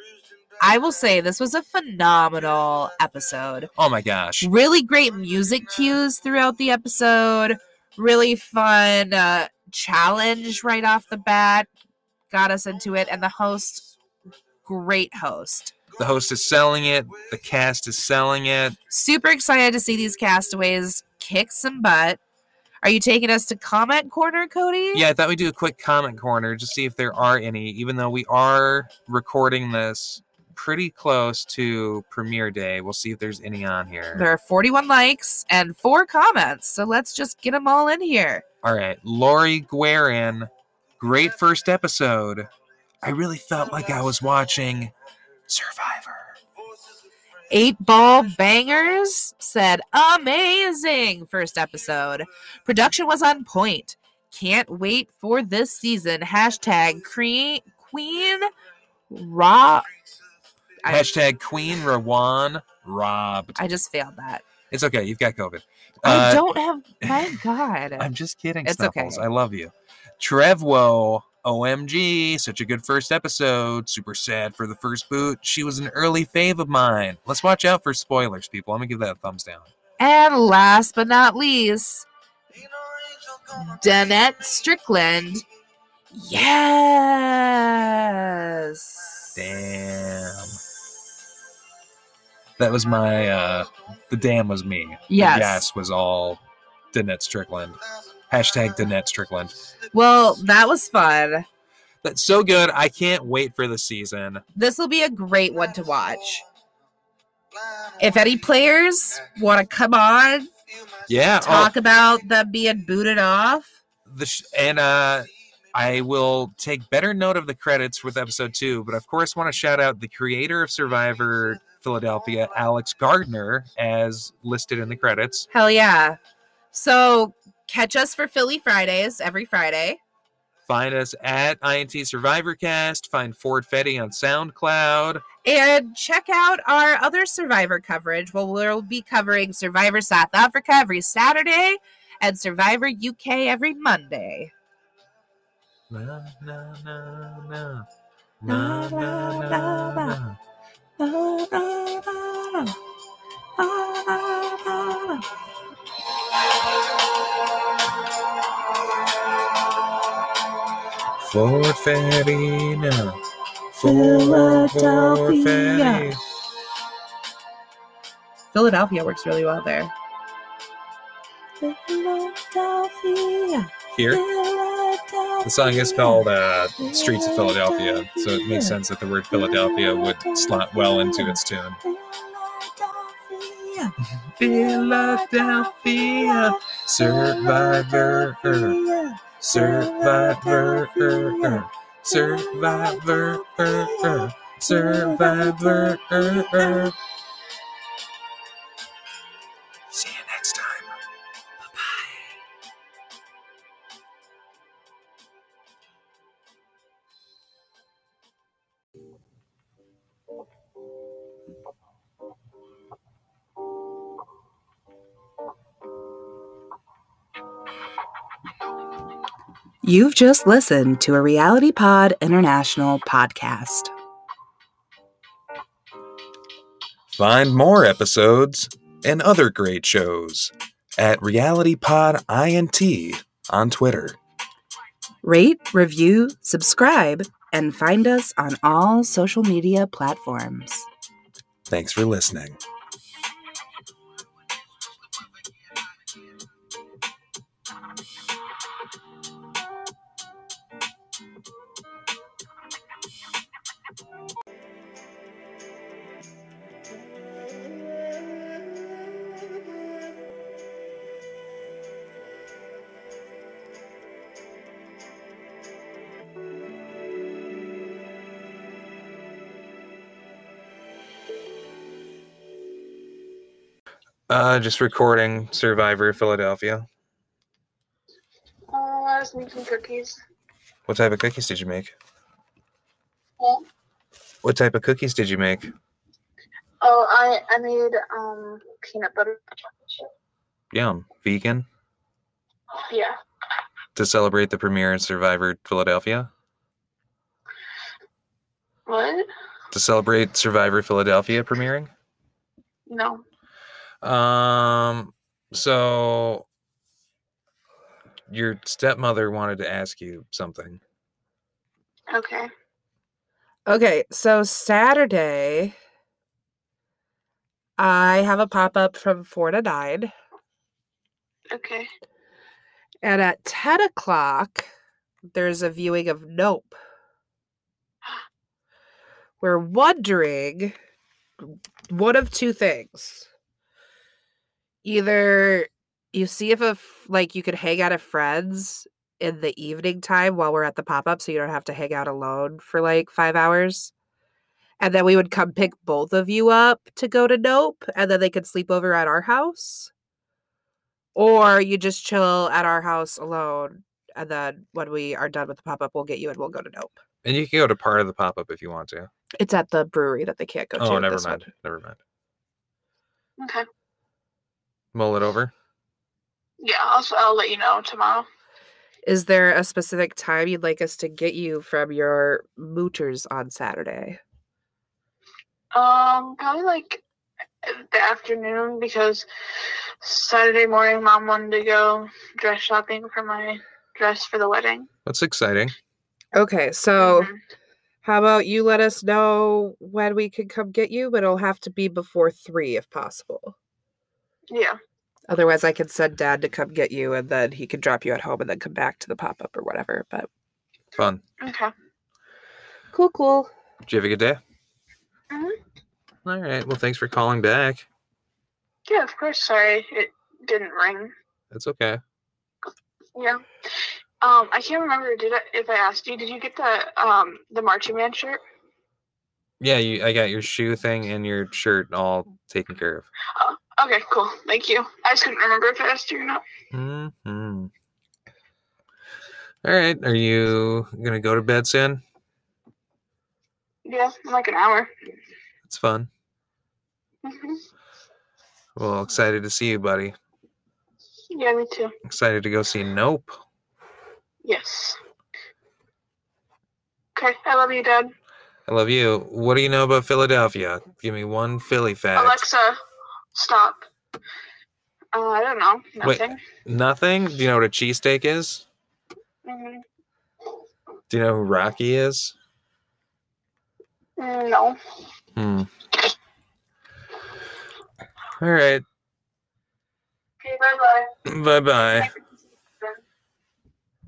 Speaker 2: I will say this was a phenomenal episode.
Speaker 1: Oh my gosh.
Speaker 2: Really great music cues throughout the episode. Really fun uh, challenge right off the bat. Got us into it. And the host, great host.
Speaker 1: The host is selling it. The cast is selling it.
Speaker 2: Super excited to see these castaways kick some butt. Are you taking us to comment corner, Cody?
Speaker 1: Yeah, I thought we'd do a quick comment corner to see if there are any, even though we are recording this pretty close to premiere day. We'll see if there's any on here.
Speaker 2: There are 41 likes and four comments. So let's just get them all in here.
Speaker 1: All right. Lori Guerin, great first episode. I really felt like I was watching Survivor.
Speaker 2: Eight Ball Bangers said, amazing first episode. Production was on point. Can't wait for this season. Hashtag cre- Queen Rob. I-
Speaker 1: Hashtag Queen Rowan robbed.
Speaker 2: I just failed that.
Speaker 1: It's okay. You've got COVID.
Speaker 2: I
Speaker 1: Uh,
Speaker 2: don't have. My God.
Speaker 1: I'm just kidding,
Speaker 2: It's okay.
Speaker 1: Snuffles. I love you. Trevwo, OMG, such a good first episode. Super sad for the first boot. She was an early fave of mine. Let's watch out for spoilers, people. I'm gonna give that a thumbs down.
Speaker 2: and last but not least, Danette Strickland. Yes.
Speaker 1: Damn. That was my uh the damn was me. The
Speaker 2: Yes.
Speaker 1: yes was all Danette Strickland. Hashtag Danette Strickland.
Speaker 2: Well, that was fun.
Speaker 1: That's so good. I can't wait for the season.
Speaker 2: This will be a great one to watch. If any players want to come on,
Speaker 1: Yeah. oh,
Speaker 2: talk about them being booted off,
Speaker 1: the sh- and uh I will take better note of the credits with episode two, but of course want to shout out the creator of Survivor Philadelphia, Alex Gardner, as listed in the credits.
Speaker 2: hell yeah. So catch us for Philly Fridays every Friday.
Speaker 1: Find us at INT SurvivorCast. Find Ford Fetty on SoundCloud.
Speaker 2: And check out our other Survivor coverage. Well, we'll be covering Survivor South Africa every Saturday and Survivor UK every Monday.
Speaker 1: Na, na, na, na.
Speaker 2: Na,
Speaker 1: Na,
Speaker 2: na,
Speaker 1: na,
Speaker 2: na,
Speaker 1: na,
Speaker 2: na.
Speaker 1: na. Ford Fetty now. Ford Fetty.
Speaker 2: Philadelphia. Philadelphia works really well there. Philadelphia.
Speaker 1: Here. The song is called uh, Streets of Philadelphia, so it makes sense that the word Philadelphia would slot well into its tune.
Speaker 2: Philadelphia.
Speaker 1: Philadelphia, Survivor, Survivor, Survivor, Survivor. See you next time.
Speaker 2: You've just listened to a Reality Pod International podcast.
Speaker 1: Find more episodes and other great shows at RealityPodINT on Twitter.
Speaker 2: Rate, review, subscribe, and find us on all social media platforms.
Speaker 1: Thanks for listening. Uh, just recording Survivor Philadelphia.
Speaker 3: Oh, I was making cookies.
Speaker 1: What type of cookies did you make?
Speaker 3: Oh,
Speaker 1: What type of cookies did you make?
Speaker 3: oh I, I made um peanut butter.
Speaker 1: Yum. Vegan
Speaker 3: Yeah.
Speaker 1: to celebrate the premiere in Survivor Philadelphia.
Speaker 3: What?
Speaker 1: To celebrate Survivor Philadelphia premiering.
Speaker 3: No.
Speaker 1: Um. So your stepmother wanted to ask you something.
Speaker 3: Okay.
Speaker 2: Okay, so Saturday, I have a pop up from four to nine,
Speaker 3: Okay.
Speaker 2: and at ten o'clock, there's a viewing of Nope. We're wondering one of two things: either you see if a f- like you could hang out at friends in the evening time while we're at the pop up, so you don't have to hang out alone for like five hours. and then we would come pick both of you up to go to Nope, and then they could sleep over at our house, or you just chill at our house alone, and then when we are done with the pop up, we'll get you and we'll go to Nope.
Speaker 1: And you can go to part of the pop up if you want to.
Speaker 2: It's at the brewery that they can't go to.
Speaker 1: Oh, never
Speaker 2: this one.
Speaker 1: mind. Never mind.
Speaker 3: Okay.
Speaker 1: Mull it over.
Speaker 3: Yeah, I'll, I'll let you know tomorrow.
Speaker 2: Is there a specific time you'd like us to get you from your mooters on Saturday?
Speaker 3: Um, probably like the afternoon because Saturday morning, mom wanted to go dress shopping for my dress for the wedding.
Speaker 1: That's exciting.
Speaker 2: Okay, so
Speaker 3: Mhm.
Speaker 2: how about you let us know when we can come get you, but it'll have to be before three if possible.
Speaker 3: yeah,
Speaker 2: Otherwise, I can send dad to come get you and then he can drop you at home and then come back to the pop up or whatever. But
Speaker 1: Fun.
Speaker 3: okay.
Speaker 2: cool, cool.
Speaker 1: Did you have a good day?
Speaker 3: Mhm.
Speaker 1: All right. Well, thanks for calling back.
Speaker 3: Yeah, of course. Sorry, it didn't ring.
Speaker 1: That's okay.
Speaker 3: Yeah. Um, I can't remember. Did I? If I asked you, did you get the um the marching band shirt?
Speaker 1: Yeah, you, I got your shoe thing and your shirt all taken care of.
Speaker 3: Okay, cool. Thank you. I just couldn't remember if I asked you or not.
Speaker 1: Mm-hmm. All right. Are you gonna go to bed soon?
Speaker 3: Yeah, in like an hour.
Speaker 1: It's fun.
Speaker 3: hmm
Speaker 1: Well, excited to see you, buddy.
Speaker 3: Yeah, me too.
Speaker 1: Excited to go see Nope.
Speaker 3: Yes. Okay, I love you, Dad.
Speaker 1: I love you. What do you know about Philadelphia? Give me one Philly fact.
Speaker 3: Alexa, stop. Uh, I don't know.
Speaker 1: Wait.
Speaker 3: Nothing.
Speaker 1: Nothing. Do you know what a cheesesteak is?
Speaker 3: Mm,
Speaker 1: Do you know who Rocky is?
Speaker 3: mm, no.
Speaker 1: Hmm. All right.
Speaker 3: Okay, bye
Speaker 1: Bye
Speaker 3: bye.
Speaker 1: bye.